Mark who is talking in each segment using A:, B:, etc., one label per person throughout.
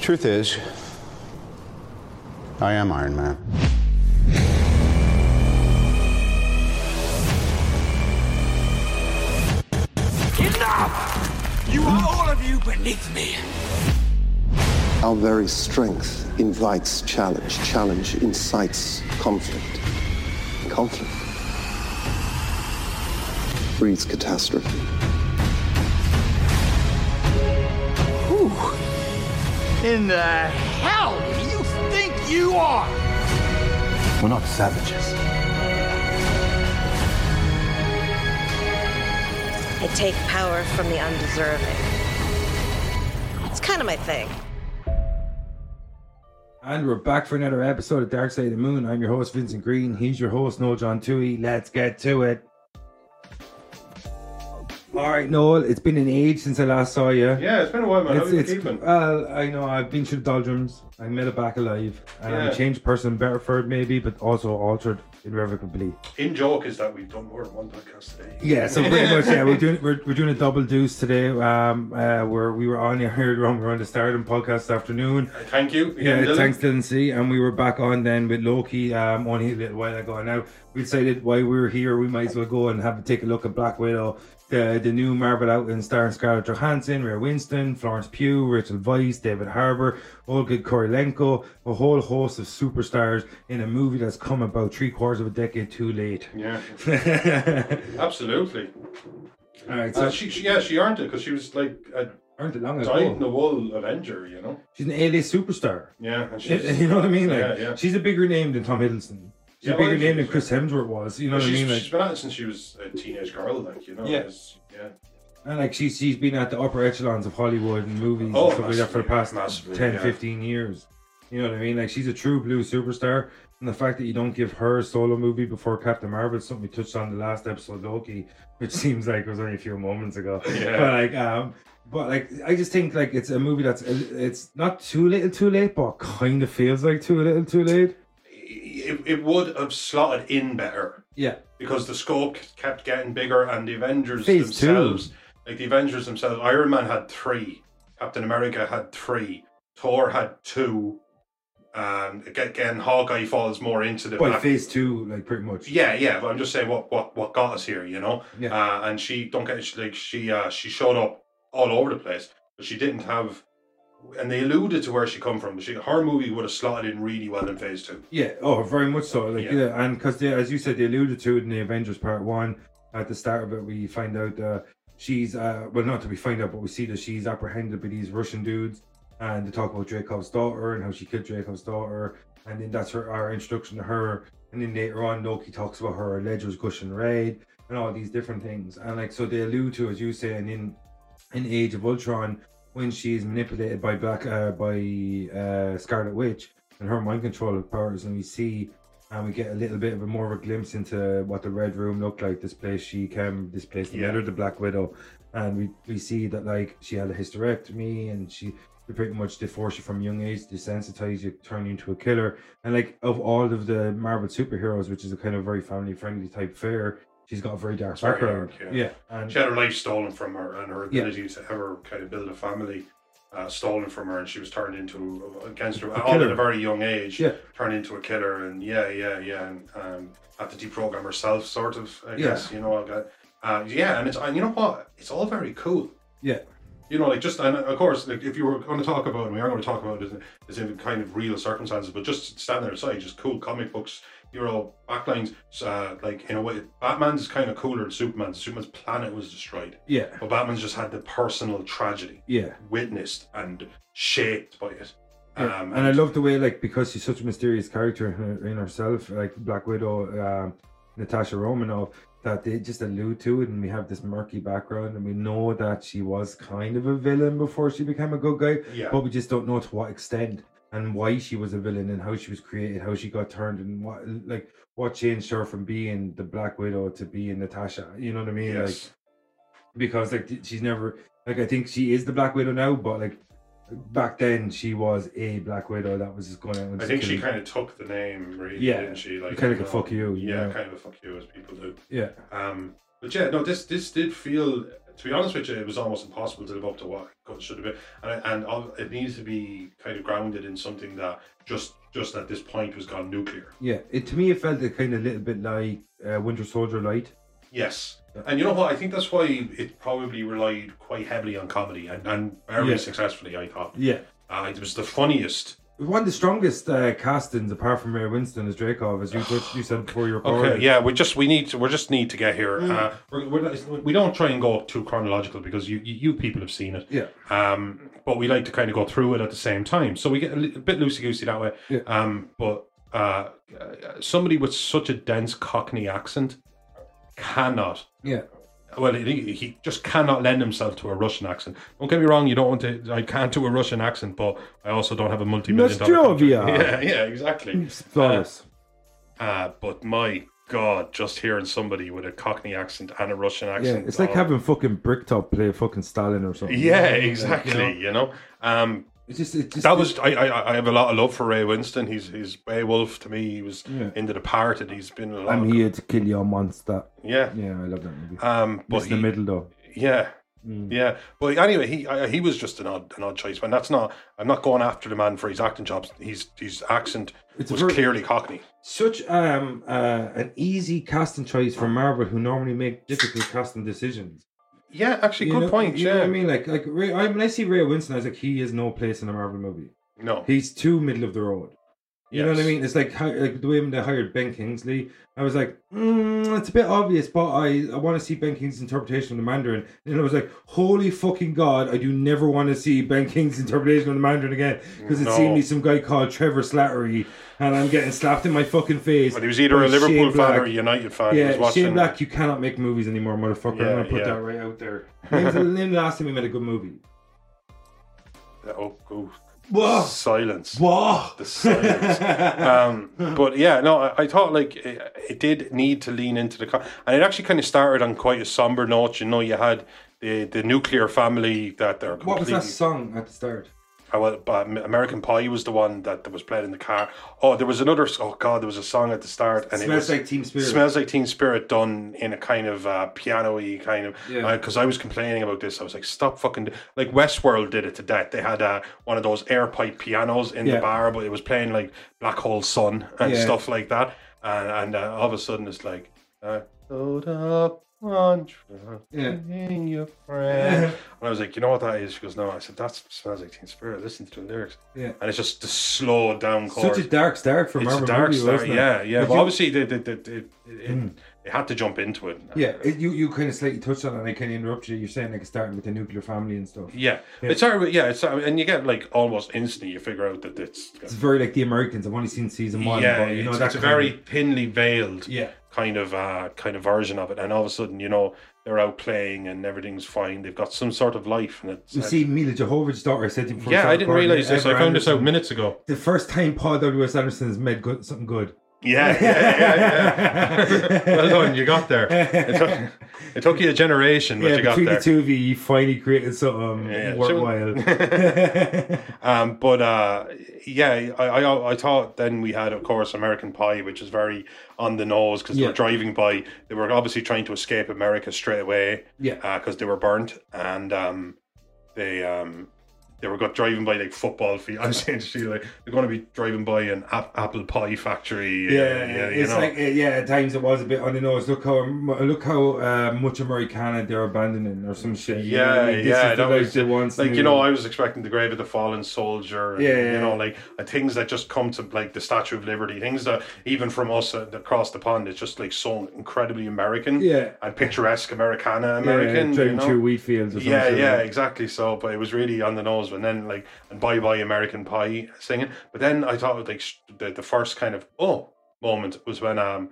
A: Truth is, I am Iron Man.
B: Enough! You are all of you beneath me.
C: Our very strength invites challenge. Challenge incites conflict. Conflict breeds catastrophe.
B: Who in the hell do you think you are?
D: We're not savages.
E: I take power from the undeserving. It's kind of my thing.
F: And we're back for another episode of Dark Side of the Moon. I'm your host, Vincent Green. He's your host, Noel John Tui. Let's get to it. All right, Noel, it's been an age since I last saw you.
G: Yeah, it's been a while, man. How
F: It's,
G: have you
F: it's, uh,
G: been keeping?
F: well, I know I've been through the doldrums. I made it back alive. And I'm
G: Yeah.
F: a changed person, better for it maybe, but also altered irrevocably.
G: In joke is that we've done more than one podcast today.
F: Yeah, so pretty much, yeah, we're doing we're, we're doing a double deuce today. Um, uh, where we were on here, we were on the Stardom podcast this afternoon.
G: Thank you.
F: Yeah,
G: again, Dylan.
F: thanks, Dylan C. And we were back on then with Loki um, on here a little while ago. Now we decided while we were here, we might as well go and have a take a look at Black Widow, the the new Marvel outing starring Scarlett Johansson, Rhea Winston, Florence Pugh, Rachel Weisz, David Harbour, Olga Korilenko, a whole host of superstars in a movie that's come about three quarters of a decade too late.
G: Yeah,
F: All
G: absolutely.
F: right, so
G: Uh, she, she, yeah, she earned it because she was like a
F: earned it long
G: dyed in
F: ago.
G: the wool Avenger, you know?
F: She's an A list superstar.
G: Yeah, and she's,
F: You know what I mean? Like
G: Yeah, yeah.
F: she's a bigger name than Tom Hiddleston. She's
G: Yeah,
F: a bigger
G: well,
F: name than
G: she's-
F: Chris Hemsworth was. You know what I
G: she's,
F: mean? Like,
G: she's been at it since she was a teenage girl, like, you know?
F: Yeah.
G: it's- yeah.
F: and like she's she's been at the upper echelons of Hollywood and movies
G: Oh,
F: and stuff like that for the
G: massively,
F: past
G: massively,
F: 10,
G: yeah.
F: 15 years. You know what I mean? Like she's a true blue superstar. And the fact that you don't give her a solo movie before Captain Marvel, is something we touched on the last episode, Loki, which seems like it was only a few moments ago.
G: Yeah.
F: But like, um, but like, I just think like it's a movie that's it's not too little, too late, but kind of feels like too little, too late.
G: It, it would have slotted in better
F: Yeah,
G: because the scope kept getting bigger and the Avengers
F: Phase two.
G: themselves, like the Avengers themselves, Iron Man had three, Captain America had three, Thor had two, and aga- again, Hawkeye falls more into the
F: well,
G: Black-
F: phase two, like pretty much.
G: Yeah, yeah, but I'm just saying what what what got us here, you know.
F: Yeah.
G: Uh, and she don't get she, like she uh, she showed up all over the place, but she didn't have. And they alluded to where she come from. But she her movie would have slotted in really well in Phase Two.
F: Yeah, oh, very much so. Like, yeah,
G: Yeah.
F: and because as you said, they alluded to it in the Avengers Part One. At the start of it, we find out uh, she's uh, well, not that we find out, but we see that she's apprehended by these Russian dudes, and they talk about Dracov's daughter and how she killed Dracov's daughter, and then that's her our introduction to her. And then later on, Loki talks about her Ledger's Gushing Raid and all these different things, and like so they allude to, as you say, and in in Age of Ultron when she's manipulated by Black uh, by uh, Scarlet Witch and her mind control powers, and we see and we get a little bit of a more of a glimpse into what the Red Room looked like. This place she came, this place the
G: Yeah.
F: other, the Black Widow, and we we see that like she had a hysterectomy and she. they Pretty much, they force you from a young age, desensitize you, turn you into a killer. And like of all of the Marvel superheroes, which is a kind of very family-friendly type fare, she's got a very dark
G: It's very
F: background.
G: dark,
F: yeah.
G: yeah.
F: and
G: She had her life stolen from her, and her
F: Yeah.
G: ability to ever kind of build a family uh, stolen from her, and she was turned into uh, against her
F: A
G: all at
F: killer.
G: a very young age.
F: Yeah.
G: turned into a killer, and yeah, yeah, yeah, and um, had to deprogram herself, sort of. I
F: Yeah.
G: guess you know. I got, uh, yeah, and it's and you know what? It's all very cool.
F: yeah,
G: you know, like just and of course, like if you were going to talk about, and we are going to talk about it as in kind of real circumstances, but just standing outside, just cool comic books, Euro backlines, uh, like in a way, Batman's kind of cooler than Superman. Superman's planet was destroyed,
F: yeah,
G: but Batman's just had the personal tragedy
F: yeah.
G: witnessed and shaped by it.
F: Yeah,
G: Um,
F: and I love the way, like, because she's such a mysterious character in- in herself, like Black Widow, um, Natasha Romanoff, that they just allude to it, and we have this murky background, and we know that she was kind of a villain before she became a good guy,
G: yeah,
F: but we just don't know to what extent and why she was a villain and how she was created, how she got turned, and what like what changed her from being the Black Widow to being Natasha. You know what I mean? Like,
G: yes,
F: because like th- she's never like I think she is the Black Widow now, but like back then she was a Black Widow that was just going out. And
G: I
F: just
G: think she
F: killing-
G: kind of took the name, really,
F: Yeah,
G: didn't she? Like
F: kinda like a
G: know,
F: fuck you, you
G: yeah,
F: know.
G: kind of a fuck you, as people do.
F: yeah,
G: Um, but yeah, no, this this did feel to be honest with you, it was almost impossible to live up to what it should have been, and and all- it needs to be kind of grounded in something that just just at this point was gone nuclear.
F: Yeah, it to me it felt a kind of little bit like uh, Winter Soldier light.
G: Yes. And you know what? I think that's why it probably relied quite heavily on comedy and, and very
F: Yeah.
G: successfully, I thought.
F: Yeah,
G: Uh, it was the funniest.
F: one of the strongest uh, castings apart from Ray Winston is Dracov, as you touched, you said before your
G: Okay, yeah, we just we need to we just need to get here.
F: Mm.
G: Uh, we're, we're, not- we don't try and go too chronological because you, you you people have seen it.
F: Yeah.
G: Um, but we like to kind of go through it at the same time, so we get a, li- a bit loosey goosey that way.
F: Yeah.
G: Um, but uh, somebody with such a dense Cockney accent cannot
F: yeah.
G: Well, he, he just cannot lend himself to a Russian accent. Don't get me wrong; you don't want to. I can't do a Russian accent, but I also don't have a multi-million dollar. contract.
F: Nostrovia.
G: Yeah, yeah, exactly.
F: Mm. Flawless.
G: Uh, but my God, just hearing somebody with a Cockney accent and a Russian
F: yeah,
G: accent.
F: it's like
G: oh,
F: having fucking Bricktop play fucking Stalin or something.
G: Yeah, exactly. You know, um,
F: It's just, it's just
G: that was I, I. I have a lot of love for Ray Winston. He's he's Beowulf to me. He was
F: Yeah.
G: into the part, and he's been a lot.
F: I'm
G: of-
F: here to kill your monster.
G: yeah.
F: Yeah, I love that movie.
G: Um, but
F: it's the
G: he-
F: middle though.
G: Yeah.
F: Hmm.
G: Yeah, but anyway, he I, he was just an odd an odd choice, man. That's not I'm not going after the man for his acting jobs. His his accent
F: It's a
G: was
F: very-
G: clearly Cockney.
F: Such um uh, an easy casting choice for Marvel, who normally make difficult casting decisions.
G: Yeah, actually,
F: You
G: good
F: know-
G: point.
F: You
G: Yeah,
F: know what I mean, like like Ray, I, when I see Ray Winston, I was like, he is no place in a Marvel movie.
G: no,
F: He's too middle of the road. You know what I mean? It's like hi- like the way when they hired Ben Kingsley, I was like, mm, it's a bit obvious, but I, I want to see Ben Kingsley's interpretation of the Mandarin. And I was like, holy fucking god, I do never want to see Ben Kingsley's interpretation of the Mandarin again because it
G: No.
F: seemed me some guy called Trevor Slattery, and I'm getting slapped in my fucking face.
G: But he was either
F: by
G: a Liverpool
F: Shane
G: fan
F: Black.
G: or a United fan. he
F: Yeah,
G: was watching.
F: Shane Black, you cannot make movies anymore, motherfucker.
G: Yeah,
F: I'm gonna put
G: yeah.
F: that right out there. Name's the name the last time we made a good movie.
G: Oh, oh,
F: Whoa!
G: silence.
F: Whoa!
G: The silence. um, but yeah, no, I, I thought like it, it did need to lean into the, co- and it actually kind of started on quite a somber note. You know, you had the the nuclear family that they're
F: What was
G: completely.
F: that song at the start?
G: I wa- but Am- American Pie was the one that, that was played in the car. Oh, there was another. s- Oh God, there was a song at the start, and it
F: Smells
G: was,
F: like Teen Spirit.
G: Smells like Teen Spirit done in a kind of uh, piano-y kind of.
F: Yeah.
G: Because I was complaining about this, I was like, stop fucking. d-" Like Westworld did it to death. They had uh, one of those air pipe pianos in
F: Yeah.
G: the bar, but it was playing like Black Hole Sun and
F: Yeah.
G: stuff like that. And and uh, all of a sudden it's like. Uh, load up on truck,
F: Yeah.
G: in your friend. and I was like, you know what that is? She goes, no. I said, that smells like Teen Spirit. Listen to the lyrics.
F: Yeah.
G: And it's just the slow down chords.
F: Such a dark start for
G: it's
F: Marvel
G: a dark
F: movie,
G: start.
F: wasn't it?
G: Yeah, yeah.
F: But
G: But
F: you- Hmm.
G: obviously, they, they, they, they, it, it, they had to jump into it.
F: yeah, it- you you kind of slightly touched on it, and I kind of interrupted you. You're saying like starting with the nuclear family and stuff.
G: Yeah. It's hard. with- Yeah. It's, and you get like almost instantly, you figure out that it's.
F: It's very like the Americans. I've only seen season one.
G: yeah,
F: but, you know
G: it's,
F: that's
G: it's a very thinly veiled
F: Yeah.
G: kind of uh, kind of version of it, and all of a sudden, you know, they're out playing and everything's fine. They've got some sort of life, and it's
F: You see, Mila Jehovah's daughter. I said to you before. we
G: yeah, I
F: started
G: didn't
F: recording,
G: realize this. I
F: Ever
G: found this out
F: Anderson.
G: minutes ago.
F: The first time Paul W S Anderson has made good, something good.
G: Yeah, yeah, yeah, yeah. well done, you got there. It took, it took you a generation, but
F: yeah,
G: you got
F: between
G: there.
F: the two of you, you finally created something
G: Yeah,
F: worthwhile.
G: Um, but uh, yeah, I, I I thought then we had, of course, American Pie, which is very on the nose because
F: Yeah.
G: they're driving by. They were obviously trying to escape America straight away.
F: Yeah.
G: because they were burnt and um, they um, they were got driving by like football field. I'm saying to you, like they're going to be driving by an ap- apple pie factory. uh,
F: Yeah,
G: yeah, you
F: it's
G: know.
F: like uh, yeah. At times it was a bit on the nose. Look how mu- look how uh, much Americana they're abandoning or some shit. you know what
G: Yeah,
F: I mean? This
G: yeah,
F: is the
G: that
F: life
G: was
F: they once
G: like
F: knew.
G: you know, I was expecting the grave of the fallen soldier. and,
F: Yeah,
G: you
F: yeah.
G: know, like uh, things that just come to like the Statue of Liberty, things that even from us uh, across the pond, it's just like so incredibly American,
F: Yeah.
G: and picturesque Americana,
F: Yeah,
G: American, you
F: driving
G: know?
F: through wheat fields or some
G: Yeah,
F: shit,
G: yeah,
F: like.
G: exactly. So, but it was really on the nose. And then like, and bye bye American Pie singing. But then I thought like sh- the, the first kind of oh moment was when um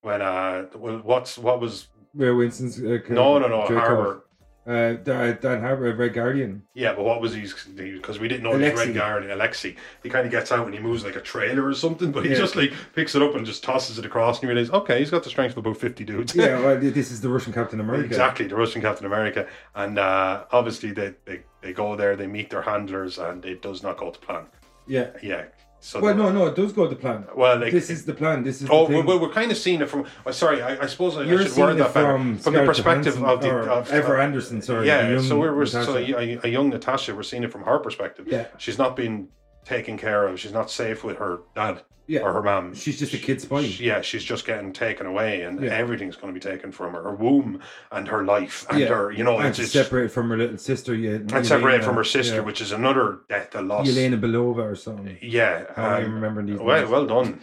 G: when uh well, what's what was
F: Where Winston's uh,
G: no no no
F: Jerkoff.
G: Harbor.
F: Uh, Dan Dan Harbour, Red Guardian.
G: Yeah, but what was he? Because we didn't know he was
F: Alexei.
G: Red Guardian Alexi. He kind of gets out and he moves like a trailer or something, but he
F: Yeah.
G: just like picks it up and just tosses it across, and you realize, okay, he's got the strength of about fifty dudes.
F: Yeah, well, th- this is the Russian Captain America.
G: exactly. The Russian Captain America, and uh, obviously they, they they go there, they meet their handlers, and it does not go to plan.
F: Yeah,
G: Yeah, So
F: Well,
G: they-
F: no, no, it does go to plan.
G: Well, like-
F: this is the plan. This is. the
G: Oh, we're,
F: thing.
G: we're- we're kind of seeing it from. Uh, sorry, I, I suppose I, I
F: You're
G: should
F: seeing
G: word that
F: it
G: better.
F: from
G: From the
F: Scarlett
G: perspective
F: Johansson
G: of the
F: or
G: of,
F: Eva Anderson, sorry,
G: Yeah,
F: the young
G: so we're, we're so
F: Natasha.
G: a, a young Natasha. We're seeing it from her perspective.
F: Yeah.
G: she's not being taken care of. She's not safe with her dad
F: Yeah.
G: or her mom.
F: She's just a kid spy.
G: She- yeah, she's just getting taken away, and
F: Yeah.
G: everything's going to be taken from her. Her womb and her life and
F: Yeah.
G: her, you know,
F: and
G: it's, it's
F: separated from her little sister. Yeah,
G: and separated from her sister, which is another death, a loss.
F: Elena Belova or something.
G: Yeah,
F: How am I
G: um,
F: remembering these
G: Well,
F: names?
G: well done.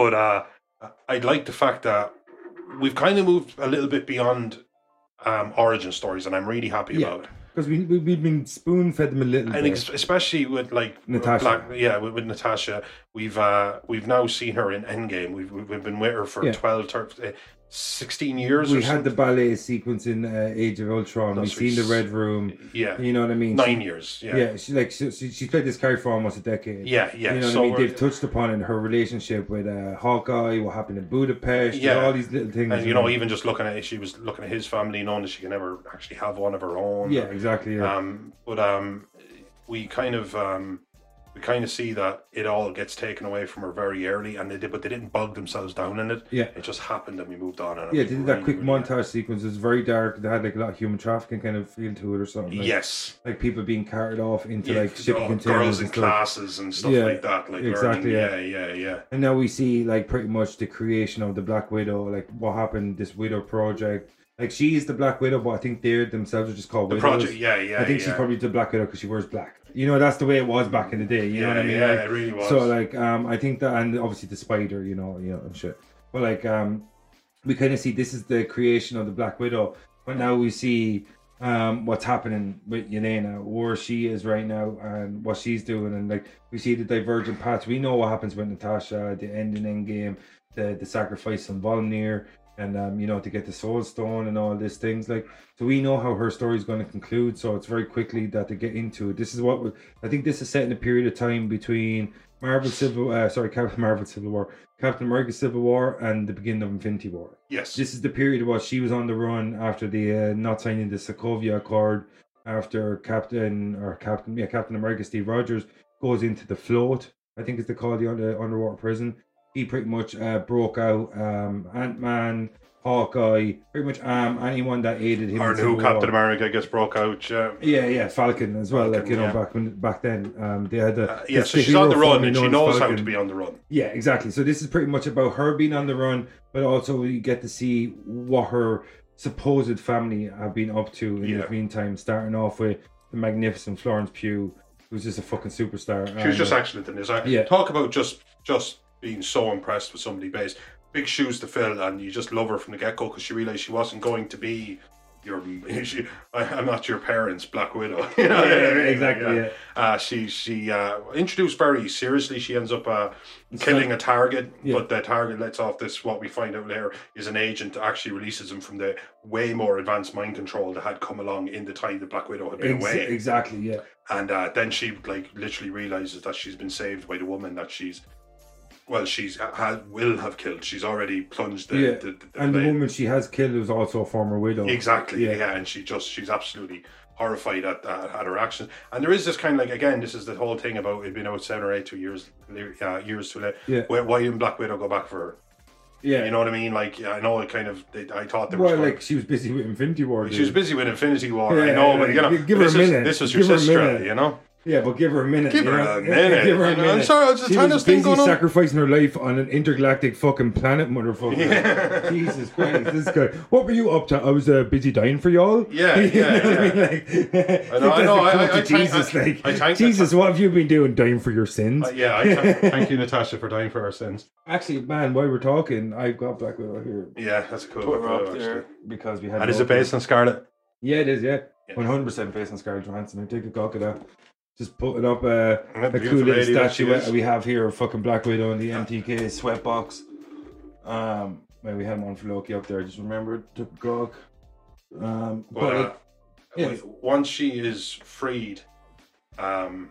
G: but uh, I'd like the fact that we've kind of moved a little bit beyond um, origin stories, and I'm really happy
F: Yeah.
G: about. it.
F: Because we, we we've been spoon fed them a little
G: And
F: bit.
G: ex- especially with like
F: Natasha.
G: Black- yeah, with, with Natasha, we've uh, we've now seen her in Endgame. We've we've we've been with her for
F: Yeah.
G: 12, 13, 16 years.
F: we
G: or
F: had the
G: something.
F: ballet sequence in uh, Age of Ultron. We've
G: That's
F: seen the
G: right.
F: Red Room.
G: yeah,
F: You know what I mean?
G: nine years.
F: Yeah, she like she, she, she's played this character for almost a decade.
G: Yeah, yeah,
F: You know
G: so
F: what I mean?
G: we're-
F: They've touched upon in her relationship with uh, Hawkeye, what happened in Budapest, yeah,
G: Yeah.
F: all these little things.
G: And you know, even just looking at it, she was looking at his family, knowing that she can never actually have one of her own.
F: yeah, exactly. Yeah.
G: Um, but um, we kind of um, we kind of see that it all gets taken away from her very early, and they did, but they didn't bog themselves down in it.
F: Yeah.
G: it just happened, and we moved on. And
F: yeah,
G: it
F: they did
G: was
F: that
G: really,
F: quick
G: really-
F: montage sequence. It was very dark. They had like a lot of human trafficking kind of feel to it or something. Like,
G: Yes,
F: like people being carried off into
G: yeah,
F: like shipping
G: oh,
F: containers
G: girls in
F: and stuff.
G: classes and stuff
F: Yeah,
G: like that. Like
F: exactly,
G: learning, yeah, yeah, yeah.
F: And now we see like pretty much the creation of the Black Widow, like what happened this Widow project. Like she's the Black Widow, but I think they themselves are just called
G: The
F: Widows.
G: project, yeah, yeah.
F: I think
G: yeah.
F: she's probably the Black Widow because she wears black. You know, that's the way it was back in the day. You know what I
G: Yeah,
F: mean?
G: yeah,
F: Like,
G: it really was.
F: So like, um, I think that, and obviously the spider, you know, you know, and shit. But like, um, we kind of see this is the creation of the Black Widow, but now we see um what's happening with Yelena, where she is right now, and what she's doing, and like we see the divergent paths. We know what happens with Natasha, the end and end game, the the sacrifice on Volnir, and um, you know to get the Soul Stone and all these things. Like, so we know how her story is going to conclude. So it's very quickly that they get into it. This is what we, I think. This is set in a period of time between Marvel Civil, uh, sorry, Captain Marvel Civil War, Captain America Civil War, and the beginning of Infinity War
G: yes.
F: this is the period where she was on the run after the uh, not signing the Sokovia Accord, after Captain or Captain yeah Captain America Steve Rogers goes into the float. I think it's the call the under, underwater prison. He pretty much uh, broke out um, Ant Man, Hawkeye, pretty much um, anyone that aided him.
G: or
F: in Civil
G: new Captain
F: War.
G: America gets broke out. Yeah.
F: Yeah, yeah, Falcon as well. like you know,
G: yeah.
F: back when back then, um, they had the
G: Uh, yeah,
F: the
G: so she's on the
F: hero
G: run
F: family
G: and she
F: known as
G: knows how
F: Falcon.
G: to be on the run.
F: Yeah, exactly. So this is pretty much about her being on the run, but also you get to see what her supposed family have been up to in
G: Yeah.
F: the meantime, starting off with the magnificent Florence Pugh, who's just a fucking superstar.
G: She was
F: And,
G: just
F: uh,
G: excellent in this. I
F: Yeah.
G: talk about just just being so impressed with somebody based big shoes to fill, and you just love her from the get go because she realized she wasn't going to be your. She, I, I'm not your parents, Black Widow. You know what I
F: Yeah,
G: mean?
F: exactly, yeah.
G: Uh, she she uh, introduced very seriously. She ends up uh, killing a target,
F: Yeah.
G: but the target lets off this. What we find out later is an agent that actually releases him from the way more advanced mind control that had come along in the time that Black Widow had been
F: ex-
G: away
F: exactly, yeah.
G: and uh, then she like literally realizes that she's been saved by the woman that she's well she's ha- will have killed she's already plunged the,
F: yeah.
G: the, the, the
F: and the
G: blade.
F: woman she has killed was also a former widow.
G: exactly
F: Yeah.
G: yeah. and she just she's absolutely horrified at, at at her actions and there is this kind of like again this is the whole thing about it being out seven or eight two years uh, years too late
F: Yeah.
G: why, why didn't black widow go back for her
F: Yeah.
G: you know what i mean like yeah, i know it kind of they, i thought there was
F: well,
G: going-
F: like she was busy with Infinity War.
G: she was
F: dude.
G: busy with infinity war
F: Yeah,
G: i know but
F: like,
G: you know
F: give her
G: this
F: a
G: is-
F: minute.
G: this was your
F: Give her a
G: sister
F: minute.
G: you know
F: Yeah, but give her a minute.
G: Give
F: you
G: her
F: know?
G: a minute,
F: give her a
G: you know?
F: minute.
G: I'm sorry, it's a
F: she
G: Thanos
F: was
G: thing
F: busy
G: going on.
F: sacrificing her life on an intergalactic fucking planet, motherfucker. Jesus Christ, this guy. What were you up to? I was uh, busy dying for y'all.
G: Yeah,
F: You
G: yeah,
F: know what I
G: yeah.
F: mean? Like,
G: I know, I
F: that's
G: know,
F: the
G: I-
F: call to
G: I- I thank-
F: Jesus,
G: I-
F: like,
G: I thank-
F: Jesus, what have you been doing dying for your sins?
G: Uh, yeah, I thank- thank you, Natasha, for dying for our sins.
F: Actually, man, while we're talking, I've got Black Widow here.
G: Yeah, that's a cool
F: Put her
G: photo,
F: up there because we had.
G: And Oh, is it
F: no-
G: based on Scarlet?
F: Yeah, it is. Yeah,
G: Yeah.
F: one hundred percent based on Scarlett Johansson. I take a cock at that. Just putting up a,
G: What a
F: a
G: beautiful
F: cool little
G: lady that she
F: statuette
G: is.
F: that we have here of fucking Black Widow in the MTK sweatbox. Um, when we had one for Loki up there, I just remembered took a cock. Um, but,
G: But uh,
F: like, yeah.
G: w- once she is freed, um,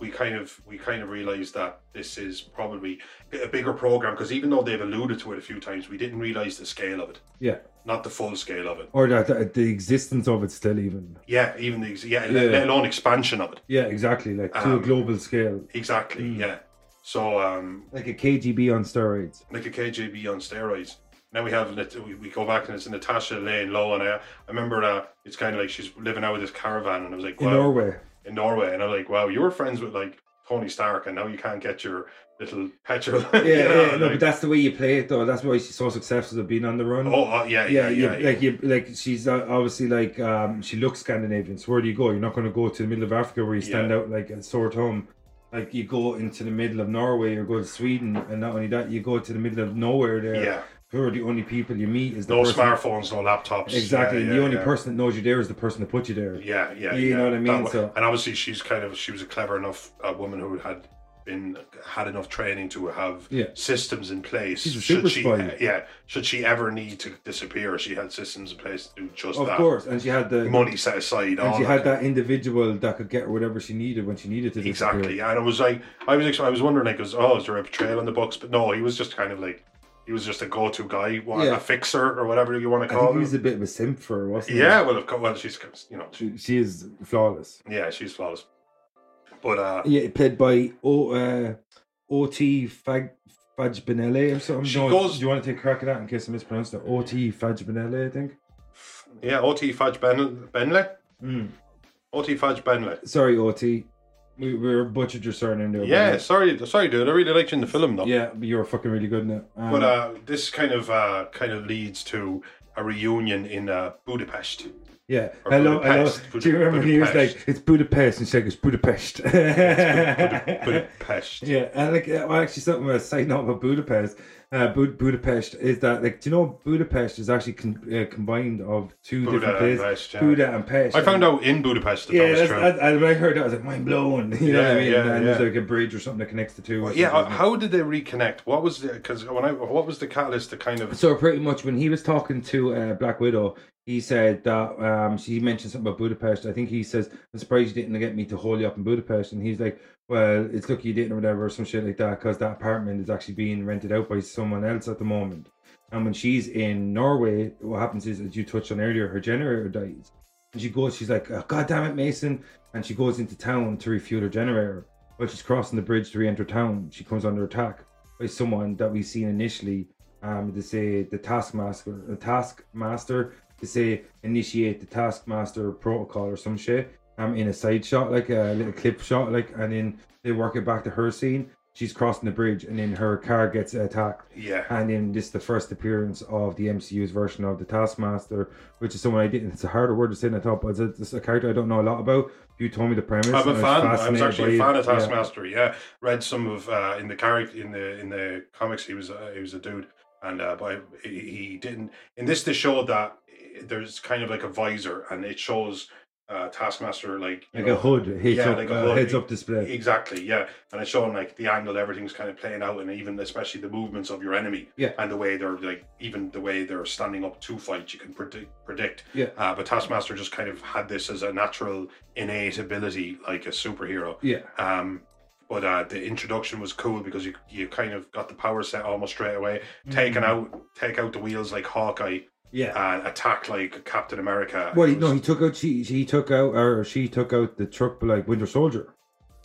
G: we kind of we kind of realized that this is probably a bigger program because even though they've alluded to it a few times, we didn't realize the scale of it,
F: Yeah.
G: not the full scale of it.
F: Or that, that the existence of it still even.
G: Yeah, even the ex- yeah,
F: Yeah.
G: Let, let alone expansion of it.
F: Yeah, exactly. Like to a
G: Um,
F: global scale.
G: Exactly.
F: Mm.
G: Yeah. So um,
F: Like a KGB on steroids.
G: like a KJB on steroids. Now we have Nat- we we go back and it's Natasha Lane Low, and I, I remember uh, it's kind of like she's living out with this caravan, and I was like,
F: In
G: wow,
F: Norway.
G: in Norway, and I'm like, wow, you were friends with like Tony Stark, and now you can't get your little petrol.
F: Yeah,
G: you know,
F: yeah, no,
G: like,
F: but that's the way you play it, though. That's why she's so successful at being on the run.
G: oh, oh, yeah,
F: yeah,
G: yeah,
F: you,
G: yeah, yeah.
F: like you, like she's uh, obviously like um, she looks Scandinavian. So where do you go? You're not going to go to the middle of Africa where you stand
G: Yeah.
F: out like a sore thumb. Like you go into the middle of Norway or go to Sweden, and not only that, you go to the middle of nowhere there.
G: Yeah.
F: Who are the only people you meet is the
G: no
F: person,
G: smartphones, no laptops.
F: Exactly,
G: Yeah,
F: and
G: yeah,
F: the only
G: yeah.
F: person that knows you there is the person that put you there.
G: Yeah, yeah,
F: You
G: yeah.
F: know what I mean?
G: That wa-
F: So-
G: and obviously, she's kind of she was a clever enough uh, woman who had been had enough training to have
F: Yeah.
G: systems in place.
F: She's a super
G: should she,
F: spy.
G: uh, yeah, should she ever need to disappear, she had systems in place to do just
F: Of
G: that.
F: course, and she had the
G: money set aside.
F: and
G: all
F: she
G: of
F: had
G: it.
F: that individual that could get her whatever she needed when she needed to. disappear.
G: Exactly, yeah, and it was like I was, actually- I was wondering, like, was, oh, is there a betrayal in the books? But no, he was just kind of like, he was just a go-to guy, wa-
F: Yeah.
G: a fixer or whatever you want to
F: I think
G: call
F: he was
G: him.
F: a bit of a simp for her, wasn't he?
G: Yeah, well, of course, well, she's, you know, she,
F: she, she is flawless.
G: yeah, she's flawless. But uh,
F: Yeah, played by o, uh, OT Fag, Fajbinele or something.
G: She
F: No,
G: goes-
F: Do you want to take a crack at that in case I mispronounced it? OT Fajbinele, I think.
G: yeah, Ot Fudge ben- Benley,
F: Mm.
G: Ot Fudge Benley.
F: Sorry, OT. We, we butchered your surname there.
G: Yeah,
F: but-
G: sorry, sorry, dude. I really liked you in the film though.
F: Yeah, but you were fucking really good in it. Um,
G: But uh, this kind of uh, kind of leads to a reunion in uh, Budapest.
F: yeah,
G: or
F: I love, I
G: Budapest,
F: love.
G: Bud-
F: Do you remember when he was
G: Budapest.
F: like, "It's Budapest," and she like, "It's Budapest."
G: Bud- Budapest.
F: Yeah, and like uh, well, actually something I was saying not about Budapest, uh, Bud- Budapest is that like do you know Budapest is actually con- uh, combined of two
G: Buda
F: different
G: and
F: places,
G: Pest, yeah.
F: Buda and Pest.
G: I found out in Budapest that
F: Yeah,
G: that was
F: that's,
G: true.
F: that, I, when I heard that, I was like mind blown. You know what I
G: Yeah,
F: mean?
G: yeah,
F: and then
G: yeah.
F: there's like a bridge or something that connects the two. or
G: yeah,
F: something,
G: uh,
F: isn't it?
G: how did they reconnect? What was the because when I what was the catalyst to kind of
F: So pretty much when he was talking to uh, Black Widow, he said that um, she mentioned something about Budapest. I think he says, "I'm surprised you didn't get me to hold you up in Budapest." And he's like, "Well, it's lucky you didn't, or whatever, or some shit like that, because that apartment is actually being rented out by someone else at the moment." And when she's in Norway, what happens is, as you touched on earlier, her generator dies. And she goes, she's like, oh, God damn it, Mason. And she goes into town to refuel her generator. While she's crossing the bridge to re enter town, she comes under attack by someone that we've seen initially. Um, they say the taskmaster, the taskmaster, they say initiate the taskmaster protocol or some shit. Um, in a side shot, like a little clip shot, like, and then they work it back to her scene. She's crossing the bridge, and then her car gets attacked.
G: yeah
F: And then this is the first appearance of the MCU's version of the Taskmaster, which is someone I didn't. It's a harder word to say than I thought, but it's a, it's a character I don't know a lot about. You told me the premise.
G: I'm a
F: and
G: fan.
F: I was
G: I was
F: fascinated
G: actually a
F: by
G: fan
F: it.
G: of
F: Yeah.
G: Taskmaster. Yeah, read some of uh, in the character in the in the comics. He was uh, he was a dude, and uh, but he, he didn't. In this, they showed that there's kind of like a visor, and it shows uh, Taskmaster like you
F: Like
G: know,
F: a hood, heads
G: Yeah,
F: up,
G: like a
F: uh,
G: hood. E,
F: heads up display.
G: Exactly, yeah, and it's showing like the angle everything's kind of playing out, and even especially the movements of your enemy,
F: Yeah.
G: and the way they're like even the way they're standing up to fight, you can predict predict.
F: Yeah.
G: Uh, but Taskmaster just kind of had this as a natural innate ability, like a superhero.
F: Yeah,
G: Um, but uh, the introduction was cool because you you kind of got the power set almost straight away, taken
F: Mm-hmm.
G: out take out the wheels like Hawkeye
F: yeah.
G: and attack like Captain America.
F: well,
G: It
F: he, no,
G: was-
F: he took out. She, she took out, or she took out the truck like Winter Soldier.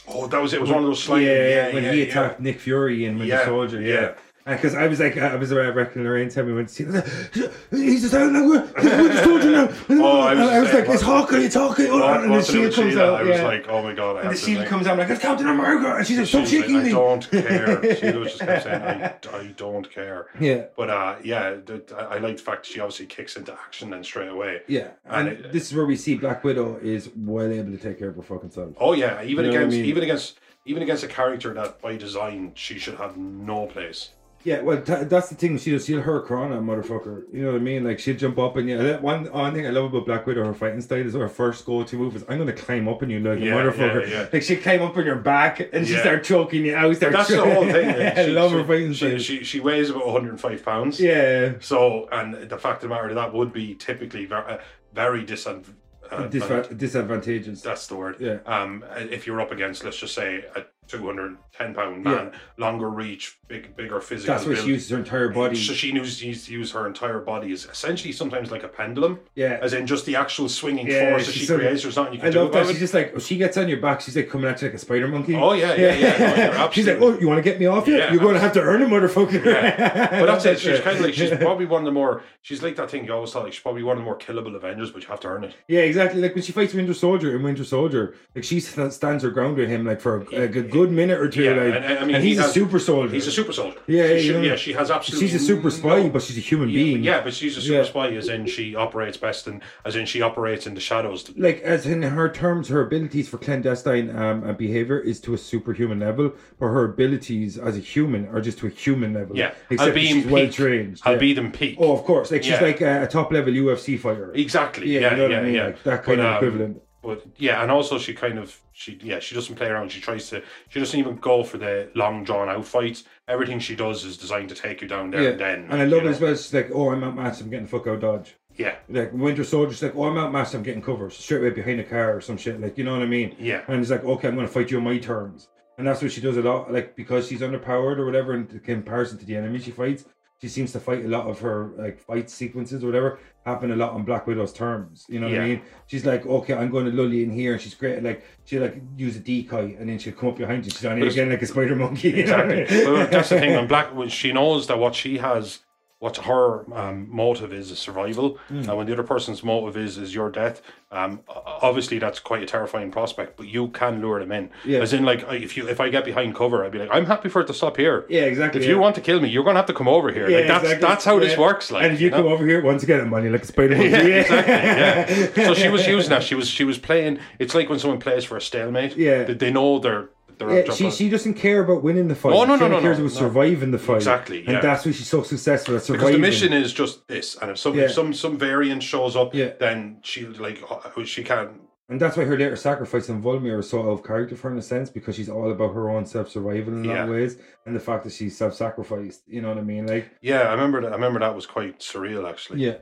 G: oh, that was it. Was one of those sliding.
F: yeah,
G: Yeah,
F: when
G: yeah,
F: he
G: yeah.
F: attacked Nick Fury in Winter
G: Yeah,
F: Soldier. Yeah.
G: yeah.
F: Because I was like, I was around Reckon Lorraine time we went to see. I was like, he's just out now. He's a Winter Soldier now.
G: Oh, I
F: And
G: was
F: I was
G: saying,
F: like, it's
G: what-
F: Hawkeye, it's Hawkeye.
G: Wa-
F: Oh, And the
G: watching it
F: shield
G: with
F: comes
G: Sheila,
F: out.
G: I was
F: yeah.
G: like, oh my god, I
F: And
G: have
F: the
G: to
F: shield
G: think.
F: comes out. I'm like, it's Captain America. And she's like, stop
G: She was
F: shaking
G: like,
F: me.
G: I don't care. Sheila was just kept saying, I, I don't care.
F: Yeah.
G: But uh, yeah, th- I I like the fact she obviously kicks into action then straight away.
F: Yeah, and,
G: And it-
F: this is where we see Black Widow is well able to take care of her fucking self.
G: Oh yeah, even
F: You know what I
G: against
F: mean?
G: even against even against a character that by design she should have no place.
F: Yeah, well, tha that's the thing. She'll she'll hurt Corona, motherfucker. You know what I mean? Like she'll jump up and yeah. That one one thing I love about Black Widow, her fighting style is her first go-to move is I'm gonna climb up on you like
G: Yeah,
F: a
G: yeah,
F: motherfucker.
G: yeah.
F: Like she climb up on your back and she
G: Yeah.
F: start choking you out. Start
G: That's the whole thing.
F: I love her fighting
G: she,
F: style.
G: she, she weighs about 105 pounds.
F: yeah,
G: So, and the fact of the matter that would be typically uh, very, very disadv- uh,
F: Disva- disadvantageous.
G: that's the word.
F: Yeah.
G: Um, if you're up against, let's just say a 210 pound man, longer reach, big, bigger physical.
F: That's why she
G: build.
F: uses her entire body.
G: So she knows she needs to use her entire body as essentially sometimes like a pendulum.
F: Yeah.
G: As in just the actual swinging
F: Yeah,
G: force that she
F: she's so-
G: creates. There's nothing you
F: I
G: can do
F: love that.
G: about
F: She's
G: it.
F: just like she gets on your back. She's like coming at you like a spider monkey.
G: Oh, yeah, yeah, yeah. No, you're
F: she's like, oh,
G: absolutely-
F: you want to get me off here?
G: Yeah,
F: You're going to have to earn a motherfucker.
G: But that's it. She's kind of like she's probably one of the more. She's like that thing you always thought. Like she's probably one of the more killable Avengers, but you have to earn it.
F: Yeah, exactly. Like when she fights Winter Soldier in Winter Soldier, like she st- stands her ground with him like for a, like a good minute or two. like,
G: and,
F: and,
G: I mean, he
F: he's a
G: has-
F: super soldier.
G: He's a super soldier.
F: Yeah,
G: she,
F: you know.
G: yeah. She has absolutely.
F: She's a super spy,
G: no-
F: but she's a human
G: Yeah,
F: being.
G: Yeah, but she's a super
F: Yeah.
G: spy, as in she operates best, and as in she operates in the shadows.
F: Like as in her terms, her abilities for clandestine um, uh, behavior is to a superhuman level, but her abilities as a human are just to a human level.
G: Yeah,
F: except
G: I'll be
F: she's
G: in
F: well
G: peak.
F: trained.
G: I'll
F: yeah.
G: be them peak.
F: Oh, of course. Like she's
G: Yeah.
F: like a, a top level UFC fighter.
G: Exactly.
F: Yeah,
G: Yeah, yeah,
F: you know what
G: yeah.
F: I mean? Like, that kind
G: But,
F: of
G: um,
F: equivalent.
G: But yeah, and also she kind of she yeah she doesn't play around. She tries to she doesn't even go for the long drawn out fights. Everything she does is designed to take you down there
F: Yeah.
G: and then.
F: and I love
G: you
F: it as
G: know.
F: well. She's like, "Oh, I'm outmatched. I'm getting the fuck out of dodge."
G: Yeah,
F: like Winter Soldier's like, oh, I'm outmatched, I'm getting covered straight away behind a car or some shit, like you know what I mean?
G: Yeah.
F: And he's like, okay, I'm gonna fight you on my terms, and that's what she does a lot, like because she's underpowered or whatever, in comparison to the enemy she fights, she seems to fight a lot of her like fight sequences or whatever happen a lot on Black Widow's terms, you know what
G: Yeah.
F: I mean? She's like, okay, I'm going to lull you in here, and she's great, at, like she like use a decoy, and then she'll come up behind you, she's on you
G: But it's-
F: again like a spider monkey. you know what I mean?
G: exactly. Well, that's the thing. And Black, when she knows that what she has, what her um, motive is, is survival,
F: Mm.
G: and when the other person's motive is is your death, um, o- obviously that's quite a terrifying prospect. But you can lure them in.
F: Yeah.
G: As in, like I- if you if I get behind cover, I'd be like, I'm happy for it to stop here.
F: Yeah, exactly,
G: If you
F: yeah.
G: want to kill me, you're gonna have to come over here.
F: Yeah,
G: like that's
F: exactly.
G: that's how this
F: Yeah.
G: works. Like
F: and if you,
G: know?
F: come over here once again, I'm on you like a spider monkey.
G: yeah, exactly. Yeah. So she was using that. She was she was playing. It's like when someone plays for a stalemate.
F: Yeah.
G: They, they know they're they're on
F: Yeah,
G: top
F: she,
G: of-
F: she doesn't care about winning the fight.
G: Oh, No, no,
F: she
G: no,
F: only
G: no,
F: cares
G: no,
F: about
G: no.
F: surviving the fight.
G: Exactly, yeah.
F: And that's why she's so successful at
G: because
F: surviving.
G: the mission is just this, and if some
F: Yeah.
G: if some some variant shows up,
F: Yeah.
G: then she like uh, she can.
F: and that's why her later sacrifice in Volmir is sort of character for her in a sense because she's all about her own self survival in a lot of
G: Yeah.
F: ways and the fact that she's self sacrificed. You know what I mean? Like,
G: Yeah, I remember that. I remember that was quite surreal actually.
F: yeah.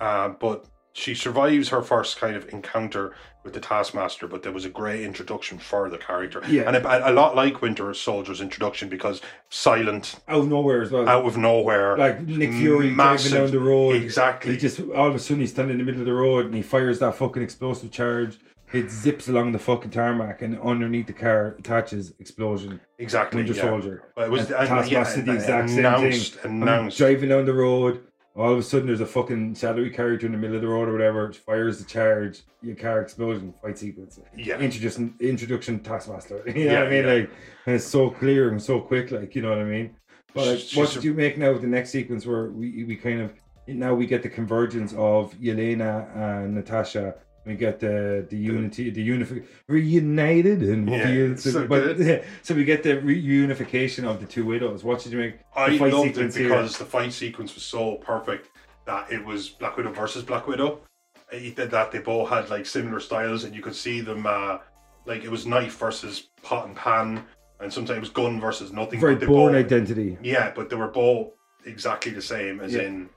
G: Uh, but she survives her first kind of encounter with the Taskmaster, but there was a great introduction for the character,
F: Yeah.
G: and a, a lot like Winter Soldier's introduction because silent,
F: Out of nowhere as well.
G: out of nowhere,
F: like Nick Fury
G: massive-
F: driving down the road.
G: exactly.
F: He just all of a sudden he's standing in the middle of the road and he fires that fucking explosive charge. It zips along the fucking tarmac and underneath the car attaches explosion.
G: Exactly.
F: Winter
G: yeah.
F: Soldier.
G: Well, it was
F: and
G: and- yeah,
F: Taskmaster the
G: and-
F: exact
G: announced-
F: same thing.
G: announced.
F: I'm driving down the road. All of a sudden, there's a fucking shadowy character in the middle of the road or whatever. Fires the charge. Your car explosion. Fight sequence.
G: Yeah.
F: Introduction. Introduction. Taskmaster. You know
G: Yeah,
F: what I mean?
G: yeah.
F: Like and it's so clear and so quick. Like you know what I mean? But like,
G: She's
F: what
G: a-
F: did you make now of the next sequence where we we kind of now we get the convergence of Yelena and Natasha. We get the the unity, the unifi- reunited and
G: Yeah,
F: feel-
G: so
F: but-
G: good.
F: so we get the reunification of the two widows. What did you make?
G: I
F: the fight
G: loved it
F: sequence here?
G: because the fight sequence was so perfect that it was Black Widow versus Black Widow. He did that. They both had like similar styles, and you could see them. Uh, like it was knife versus pot and pan, and sometimes gun versus nothing.
F: very
G: but they
F: born
G: both-
F: identity.
G: Yeah, but they were both exactly the same, as
F: Yeah.
G: in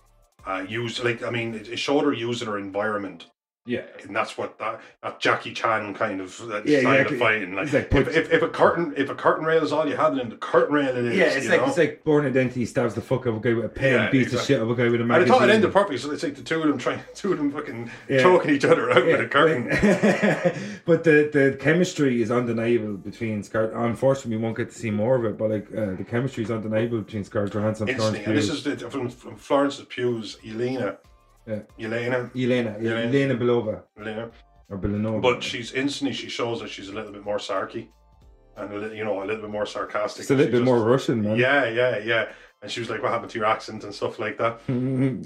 G: uh, used. Like I mean, it, it showed her using her environment
F: Yeah,
G: and that's what that, that Jackie Chan kind of that
F: Yeah,
G: style
F: exactly.
G: of fighting. Like,
F: It's like
G: if,
F: put-
G: if, if a curtain if a curtain rail is all you had, then the curtain rail it is.
F: yeah. It's
G: you
F: like
G: know?
F: it's like born identity stabs the fuck out of a guy with a pen,
G: Yeah,
F: beats
G: exactly.
F: the shit out of a guy with a
G: and I
F: magazine.
G: thought it ended perfectly. So it's like the two of them trying, two of them fucking
F: Yeah.
G: choking each other out
F: Yeah,
G: with a curtain.
F: like- but the, the chemistry is undeniable between Scarlett. Unfortunately, we won't get to see more of it. But like uh, the chemistry is undeniable between Scarlett Johansson and Florence
G: Instantly, and this
F: Pugh.
G: is the, from from Florence Pugh's Elena,
F: Yeah.
G: Elena,
F: Elena, yeah,
G: Elena.
F: Elena Belova
G: Elena.
F: or Belanova.
G: But she's instantly she shows that she's a little bit more sarky, and a little, you know a little bit more sarcastic.
F: it's a little
G: She
F: bit
G: just-
F: more Russian, man.
G: Yeah, yeah, yeah. And she was like, "What happened to your accent and stuff like that?"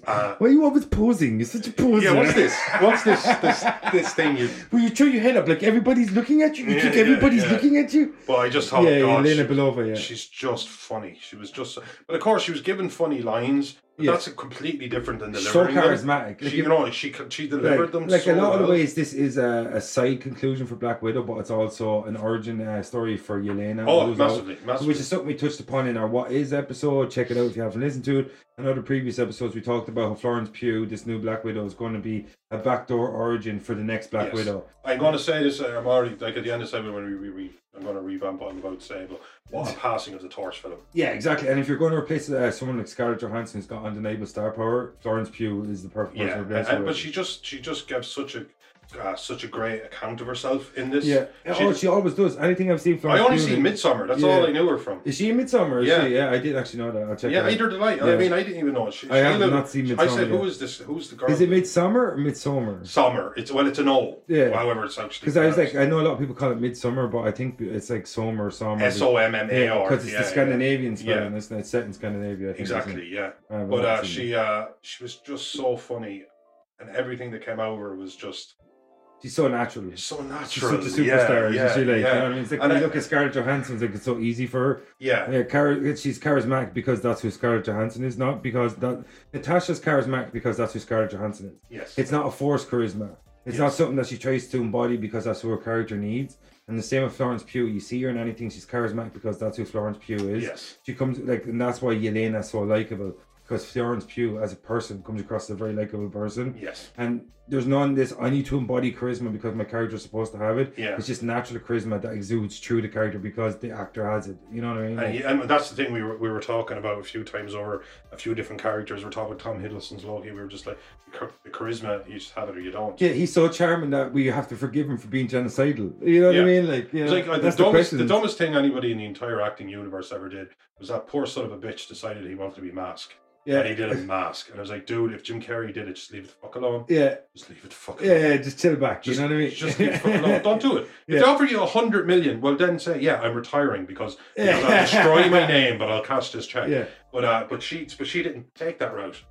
G: uh,
F: Why are you always posing? You're such a poser.
G: Yeah, what's this? What's this? This this thing? You,
F: Well, you throw your head up like everybody's looking at you. You
G: Yeah,
F: think
G: yeah,
F: everybody's
G: yeah.
F: looking at you.
G: but I just thought,
F: Yeah,
G: God,
F: Elena
G: she-
F: Belova, yeah.
G: she's just funny. She was just, but of course, she was given funny lines. But
F: Yeah.
G: That's a completely different than
F: So
G: delivering them.
F: charismatic. Like,
G: She, you know, she she delivered
F: Like,
G: them
F: like
G: so
F: a lot of the
G: well.
F: ways, this is a, a side conclusion for Black Widow, but it's also an origin uh, story for Yelena.
G: Oh,
F: who's
G: massively, massively.
F: Which is something we touched upon in our What Is episode. Check it out if you haven't listened to it. In other previous episodes, we talked about how Florence Pugh, this new Black Widow, is going to be a backdoor origin for the next Black
G: Yes.
F: Widow.
G: I'm going to say this. uh, I'm already like at the end of segment when we, we, we I'm going to revamp what I'm about to say, but what a passing of the torch, Philip.
F: Yeah, exactly. And if you're going to replace uh, someone like Scarlett Johansson who's got undeniable star power, Florence Pugh is the perfect person
G: Yeah,
F: to
G: and,
F: replace her.
G: and- but
F: with.
G: she just she just gives such a uh, such a great account of herself in this.
F: yeah.
G: She-
F: oh, she always does. Anything I've seen
G: I
F: Florence
G: only
F: Pugh
G: see
F: in-
G: Midsummer. That's
F: Yeah.
G: all I knew her from.
F: Is she in Midsummer? Is
G: Yeah.
F: she? yeah, I did actually know that. I'll check.
G: Yeah,
F: it out.
G: either did I.
F: Yeah.
G: I mean, I didn't even know it. She,
F: I
G: she
F: have
G: lived-
F: not seen
G: I
F: Midsommar
G: said,
F: yet.
G: who is this? Who's the girl?
F: Is it Midsummer or Midsummer?
G: Summer. It's well, it's an O.
F: Yeah.
G: However, it's actually
F: Because I was like, I know a lot of people call it Midsummer, but I think it's like Sommer, Sommer.
G: S O M M A
F: Yeah,
G: R.
F: because it's
G: Yeah,
F: the
G: yeah,
F: Scandinavian
G: yeah.
F: spelling, isn't it? It's set in Scandinavia. I think, isn't it?
G: Exactly. Yeah.
F: I haven't
G: But uh,
F: seen
G: she uh, she was just so funny, and everything that came over was just
F: She's so natural.
G: so
F: She's
G: natural.
F: such a
G: Yeah,
F: superstar.
G: yeah,
F: isn't she? Like, you
G: yeah.
F: know what I mean? It's like
G: And
F: when
G: I-
F: you look at Scarlett Johansson, it's like it's so easy for her.
G: yeah.
F: Yeah, Uh, char- she's charismatic because that's who Scarlett Johansson is, not because that Natasha's charismatic because that's who Scarlett Johansson is.
G: Yes.
F: It's not a forced charisma. It's not something that she tries to embody because that's who her character needs. And the same with Florence Pugh. You see her in anything, she's charismatic because that's who Florence Pugh is.
G: Yes.
F: She comes like, and that's why Yelena's so likable because Florence Pugh, as a person, comes across as a very likable person.
G: Yes.
F: And there's none this. I need to embody charisma because my character's supposed to have it.
G: Yeah.
F: It's just natural charisma that exudes through the character because the actor has it. You know what I mean?
G: And, he- and that's the thing we were, we were talking about a few times over a few different characters. We're talking about Tom Hiddleston's Loki. We were just like the char- the charisma. You just have it or you don't.
F: Yeah, he's so charming that we have to forgive him for being genocidal. You know what I
G: Yeah.
F: mean? Like, yeah,
G: It's like uh, the,
F: that's the,
G: dumbest,
F: question.
G: the, dumbest thing anybody in the entire acting universe ever did was that poor son of a bitch decided he wanted to be Mask.
F: Yeah.
G: And he did a Mask. And I was like, dude, if Jim Carrey did it, just leave it the fuck alone.
F: yeah,
G: Just leave it the fuck
F: yeah,
G: alone.
F: yeah, just chill back.
G: Just,
F: you know what I mean?
G: just leave it the fuck alone. Don't do it. If they
F: Yeah.
G: offer you a hundred million, well then say, yeah, I'm retiring because because I'll destroy my name, but I'll cash this check.
F: Yeah.
G: But uh, but she but she didn't take that route.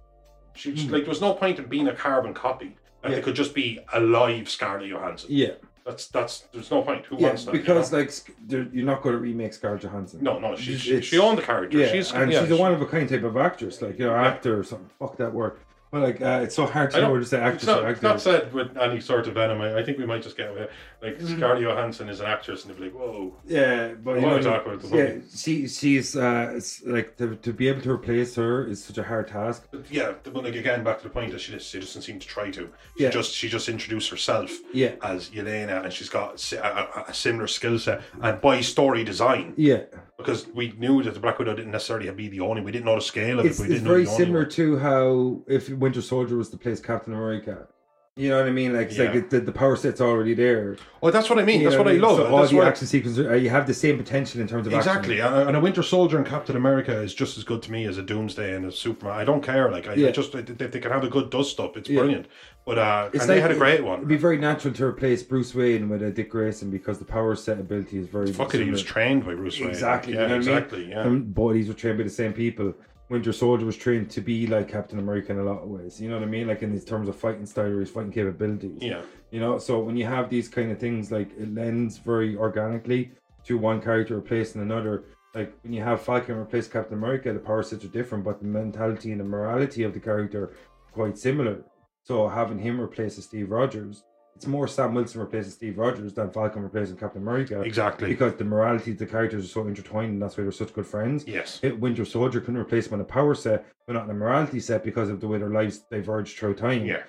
G: She just, like there was no point in being a carbon copy. Like
F: Hmm. Yeah.
G: it could just be a live Scarlett Johansson.
F: yeah,
G: That's that's there's no point. Who
F: yeah,
G: wants that? you
F: because
G: know?
F: like sc- there- you're not going to remake Scarlett Johansson.
G: No, no, she,
F: It's-
G: she, she owned the character.
F: Yeah,
G: she's
F: and
G: yeah,
F: she's a one of a kind type of actress, like you know, actor or something. Fuck that word. But like, uh, it's so hard to
G: I
F: know
G: don't,
F: whether to say
G: it's
F: actress
G: not,
F: or
G: it's
F: actor.
G: not said with any sort of venom. I, I think we might just get away. Like
F: Mm-hmm.
G: Scarlett Johansson is an actress, and they'd be like, "Whoa,
F: Yeah, but you
G: wanna
F: know,
G: talk about the
F: yeah,
G: woman.
F: she she's uh, it's like to, to be able to replace her is such a hard task.
G: But yeah, the- but like again, back to the point that she, she doesn't seem to try to. She
F: Yeah.
G: just she just introduced herself
F: Yeah.
G: as Yelena, and she's got si- a, a- a similar skill set and by story design
F: Yeah,
G: because we knew that the Black Widow didn't necessarily be the only. We didn't know the scale of
F: it's,
G: it. We
F: it's
G: didn't know
F: very
G: the only
F: similar
G: one.
F: to how if Winter Soldier was to place Captain America. You know what I mean? Like, it's like
G: Yeah.
F: it, the, the power set's already there.
G: Oh, that's what I mean.
F: You
G: That's
F: know
G: what I
F: mean?
G: love.
F: So all
G: that's
F: the
G: what I-
F: action sequences, uh, you have the same potential in terms of action.
G: Exactly, and and a Winter Soldier and Captain America is just as good to me as a Doomsday and a Superman. I don't care. Like I
F: Yeah.
G: I just if they can have a good dust up, it's
F: Yeah.
G: brilliant. But uh,
F: It's
G: and they had a great one.
F: It'd be very natural to replace Bruce Wayne with a Dick Grayson because the power set ability is very.
G: Fuck it, he
F: similar.
G: was trained by Bruce Wayne.
F: Exactly.
G: Yeah,
F: you know what I mean?
G: exactly. Yeah.
F: And bodies were trained by the same people. Winter Soldier was trained to be like Captain America in a lot of ways. You know what I mean? Like in his terms of fighting style or his fighting capabilities.
G: Yeah.
F: You know, so when you have these kind of things, like it lends very organically to one character replacing another. Like when you have Falcon replace Captain America, the power sets are different, but the mentality and the morality of the character are quite similar. So having him replace a Steve Rogers, it's more Sam Wilson replacing Steve Rogers than Falcon replacing Captain America.
G: Exactly.
F: Because the morality of the characters are so intertwined and that's why they're such good friends.
G: Yes.
F: It- Winter Soldier couldn't replace him on a power set, but not on a morality set because of the way their lives diverge through time.
G: Yeah.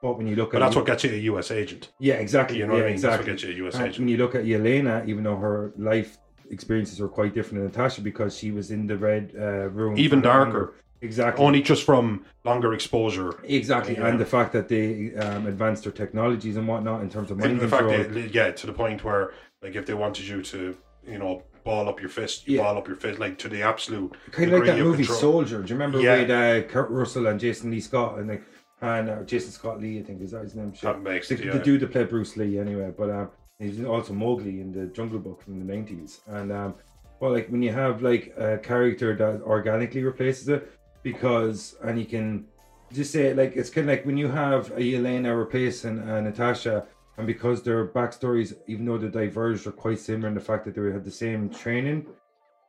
F: But when you look
G: But
F: at E-
G: that's what gets you a US agent.
F: yeah, exactly.
G: You know
F: yeah,
G: what I mean? That's what
F: Exactly.
G: gets you a US
F: And
G: agent.
F: When you look at Yelena, even though her life experiences were quite different than Natasha because she was in the red uh, room,
G: Even
F: for longer.
G: darker.
F: Exactly.
G: Only just from longer exposure.
F: exactly,
G: Yeah.
F: and the fact that they um, advanced their technologies and whatnot in terms of mind
G: In the fact
F: control.
G: that yeah, to the point where like if they wanted you to, you know, ball up your fist, you
F: Yeah.
G: ball up your fist, like to the absolute
F: kind of like
G: degree
F: that movie
G: control.
F: Soldier. Do you remember
G: Yeah.
F: with uh, Kurt Russell and Jason Lee Scott and like and uh, Jason Scott Lee? I think is that his name? Shit.
G: That makes
F: the,
G: it, yeah.
F: the dude that played Bruce Lee anyway. But um, he's also Mowgli in the Jungle Book from the nineties. And um, well, like when you have like a character that organically replaces it because and you can just say like it's kind of like when you have a Yelena replacing uh, Natasha. And because their backstories, even though they diverged, are quite similar in the fact that they had the same training,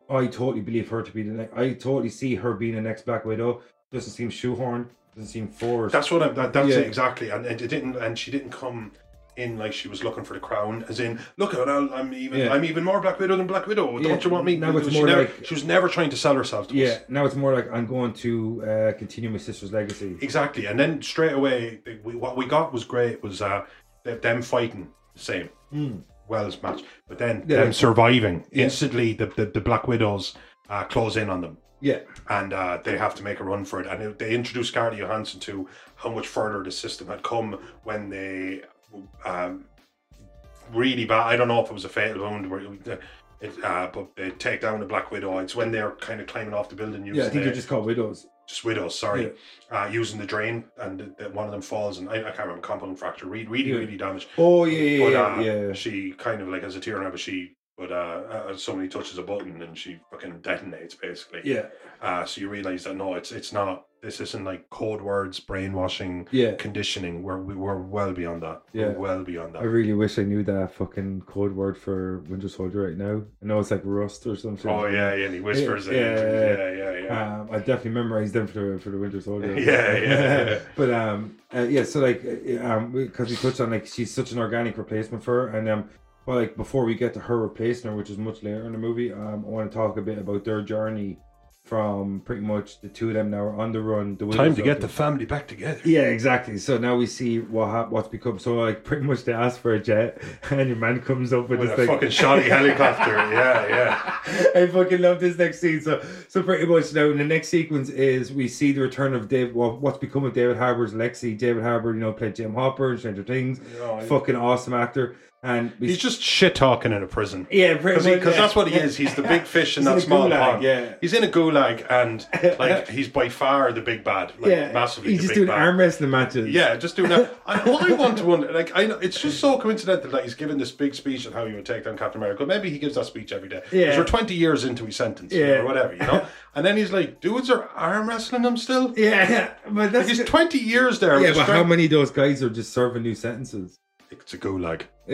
F: I totally believe her to be the next. I totally see her being the next Black Widow. Doesn't seem shoehorned. Doesn't seem forced.
G: That's what I'm. That, that's
F: Yeah.
G: it exactly. And, and it didn't. And she didn't come in like she was looking for the crown, as in, look at I'm even
F: Yeah.
G: I'm even more Black Widow than Black Widow.
F: Yeah,
G: Don't you want me?
F: now it's
G: she,
F: more
G: never,
F: like-
G: she was never trying to sell herself to us.
F: Yeah, now it's more like I'm going to uh, continue my sister's legacy.
G: Exactly, and then straight away, we, what we got was great. Was uh, th- them fighting the same, well as match, but then
F: Hmm. Yeah.
G: them surviving instantly. The, the the Black Widows uh, close in on them,
F: Yeah,
G: and uh, they have to make a run for it. And they introduced Scarlett Johansson to how much further the system had come when they um, really bad. I don't know if it was a fatal wound, where it, it, uh, but they take down the Black Widow. It's when they're kind of climbing off the building.
F: yeah. I
G: using
F: think
G: the-
F: they're just called widows.
G: just widows, sorry, uh, using the drain, and th- th- one of them falls, and I, I can't remember compound fracture, really, really,
F: Yeah.
G: really damaged.
F: Oh yeah, yeah,
G: but,
F: yeah,
G: uh,
F: yeah.
G: She kind of like has a tear in her, but she, but uh, uh, somebody touches a button and she fucking detonates, basically.
F: yeah,
G: Uh, so you realize that no, it's it's not. This isn't like code words, brainwashing,
F: Yeah.
G: conditioning. We're we- we're well beyond that.
F: Yeah.
G: We're well beyond
F: I
G: that.
F: really wish I knew that fucking code word for Winter Soldier right now. I know it's like rust or something.
G: Oh yeah, yeah. And he whispers it.
F: Yeah.
G: Yeah, yeah, yeah.
F: Um, I definitely memorized them for the for the Winter Soldier.
G: Yeah, yeah.
F: but um, uh, yeah. So like, uh, um, because we touched on like she's such an organic replacement for her, and um, but like before we get to her replacing her, which is much later in the movie, um, I want to talk a bit about their journey from pretty much the two of them now are on the run. The
G: Time
F: Winter
G: to get
F: Soldier.
G: the family back together.
F: Yeah, exactly. So now we see what hap- what's become. So like, pretty much they ask for a jet, and your man comes up with,
G: With
F: this
G: a
F: thing.
G: fucking shoddy helicopter. Yeah, yeah.
F: I fucking love this next scene. So, so pretty much now the next sequence is we see the return of Dave. Well, what's become of David Harbour's Lexi? David Harbour, you know, played Jim Hopper in Stranger Things.
G: Oh, yeah.
F: fucking awesome actor. And we
G: He's just shit talking in a prison.
F: yeah, pretty
G: Because he,
F: much,
G: cause
F: yeah.
G: that's what he is. He's the big fish in
F: He's in
G: that
F: a
G: small
F: gulag,
G: pond.
F: yeah.
G: He's in a gulag, and like he's by far the big bad. Like,
F: yeah,
G: massively.
F: He's
G: the
F: just
G: big
F: doing
G: bad.
F: arm wrestling matches.
G: Yeah, just doing that. And all I want to wonder, like, I know, it's just so coincidental that he's given this big speech on how he would take down Captain America. Maybe he gives that speech every day.
F: Yeah.
G: Because we're 20 years into his sentence
F: Yeah.
G: or whatever, you know? And then he's like, dudes are arm wrestling him still?
F: yeah, yeah. But
G: Like,
F: that's
G: he's 20 years there.
F: yeah.
G: with
F: But
G: straight-
F: how many of those guys are just serving new sentences?
G: It's a gulag.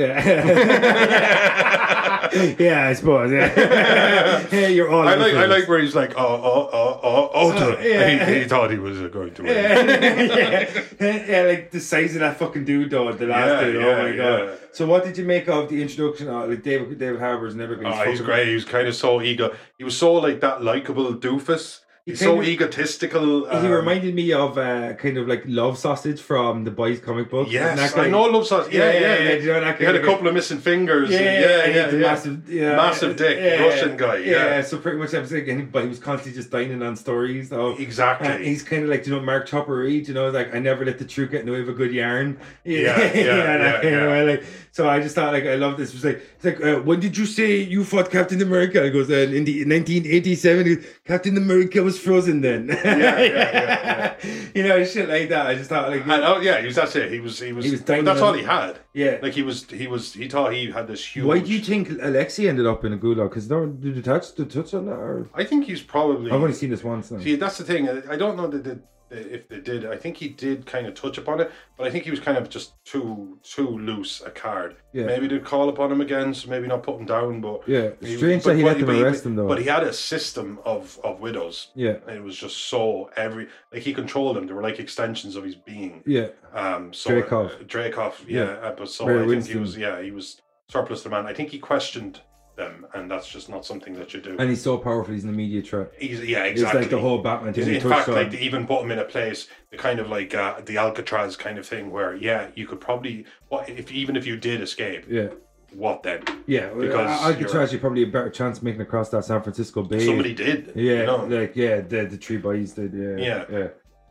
F: Yeah, yeah, I suppose. Yeah, yeah you're all.
G: I
F: over
G: like
F: the
G: I
F: place. Uh,
G: like where he's like oh oh oh oh oh to-"
F: yeah.
G: he, he thought he was going to win.
F: yeah, yeah, like the size of that fucking dude though, the last
G: Yeah,
F: dude.
G: yeah,
F: oh my god.
G: yeah.
F: So what did you make of the introduction of like David David Harbour's never been
G: Oh, he's great. He was kind of so ego. He was so like that likable doofus. He's so
F: kind of-
G: egotistical.
F: he
G: um,
F: reminded me of uh, kind of like Love Sausage from the Boys comic book. Isn't
G: Yes,
F: that
G: I
F: guy-
G: know Love Sauce. Yeah, yeah, yeah.
F: do you know that
G: he had
F: kind
G: a
F: of-
G: couple of missing fingers.
F: Yeah,
G: and-
F: yeah,
G: yeah, yeah,
F: the
G: yeah.
F: massive, yeah,
G: Massive dick, Russian guy, yeah.
F: so pretty much everything, and he- but he was constantly just dining on stories. So
G: Exactly.
F: And he's kind of like you know Mark Chopper Reed, you know, like I never let the truth get in the way of a good yarn.
G: Yeah, yeah,
F: that
G: yeah,
F: kind of
G: yeah.
F: way, like, so I just thought like I love this. It was like, it's like uh, when did you say you fought Captain America? He goes uh, in the 1987. He goes, Captain America was frozen then.
G: yeah, yeah,
F: you know, shit like that. I just thought like
G: And, oh yeah, he was that's it. He was he was,
F: He was
G: but that's
F: dangling-
G: all he had.
F: Yeah.
G: Like he was he was he thought he had this huge
F: Why do you think Alexei ended up in a gulag? Because no, did you touch the touch on that? Or?
G: I think he's probably
F: I've only seen this once now.
G: See, that's the thing. I I don't know that they, that if they did. I think he did kind of touch upon it, but I think he was kind of just too too loose a card.
F: Yeah.
G: Maybe they'd call upon him again, so maybe not put him down. But
F: Yeah, strange that he let them
G: but
F: arrest him, though.
G: But he had a system of of widows.
F: Yeah.
G: and it was just so every like he controlled them. They were like extensions of his being.
F: Yeah,
G: Um, so
F: Dreykov.
G: uh, Dreykov, yeah,
F: Yeah.
G: uh, but so
F: Ray
G: I think he
F: Winston.
G: was yeah he was surplus to man. I think he questioned them, and that's just not something that you do.
F: and he's so powerful. He's an immediate threat.
G: He's, yeah,
F: It's
G: exactly.
F: like the whole Batman thing. we
G: In
F: touched
G: fact,
F: on.
G: like they even put him in a place, the kind of like uh, the Alcatraz kind of thing, where yeah, you could probably, what if even if you did escape,
F: yeah,
G: what then?
F: yeah.
G: Because
F: Because Alcatraz, you're probably a better chance making across that San Francisco Bay.
G: Somebody did.
F: yeah,
G: you know?
F: like yeah, the the three boys did. Yeah,
G: Yeah.
F: yeah.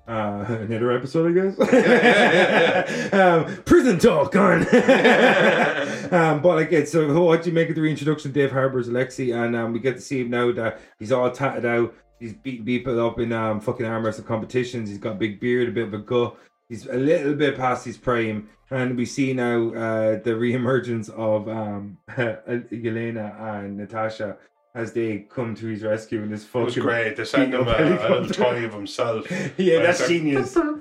F: Uh, another episode, I guess. um, prison talk on. um, but like, it's so what do you make of the reintroduction of Dave Harbour's Alexi, and um, we get to see him now that he's all tatted out. He's beating people up in um, fucking arm wrestling competitions. He's got a big beard, a bit of a gut. He's a little bit past his prime, and we see now uh, the reemergence of um, Yelena and Natasha as they come to his rescue in this
G: it
F: fucking.
G: was great. They sent him a, a little toy of himself.
F: Yeah,
G: And
F: that's
G: it's like,
F: genius. That's-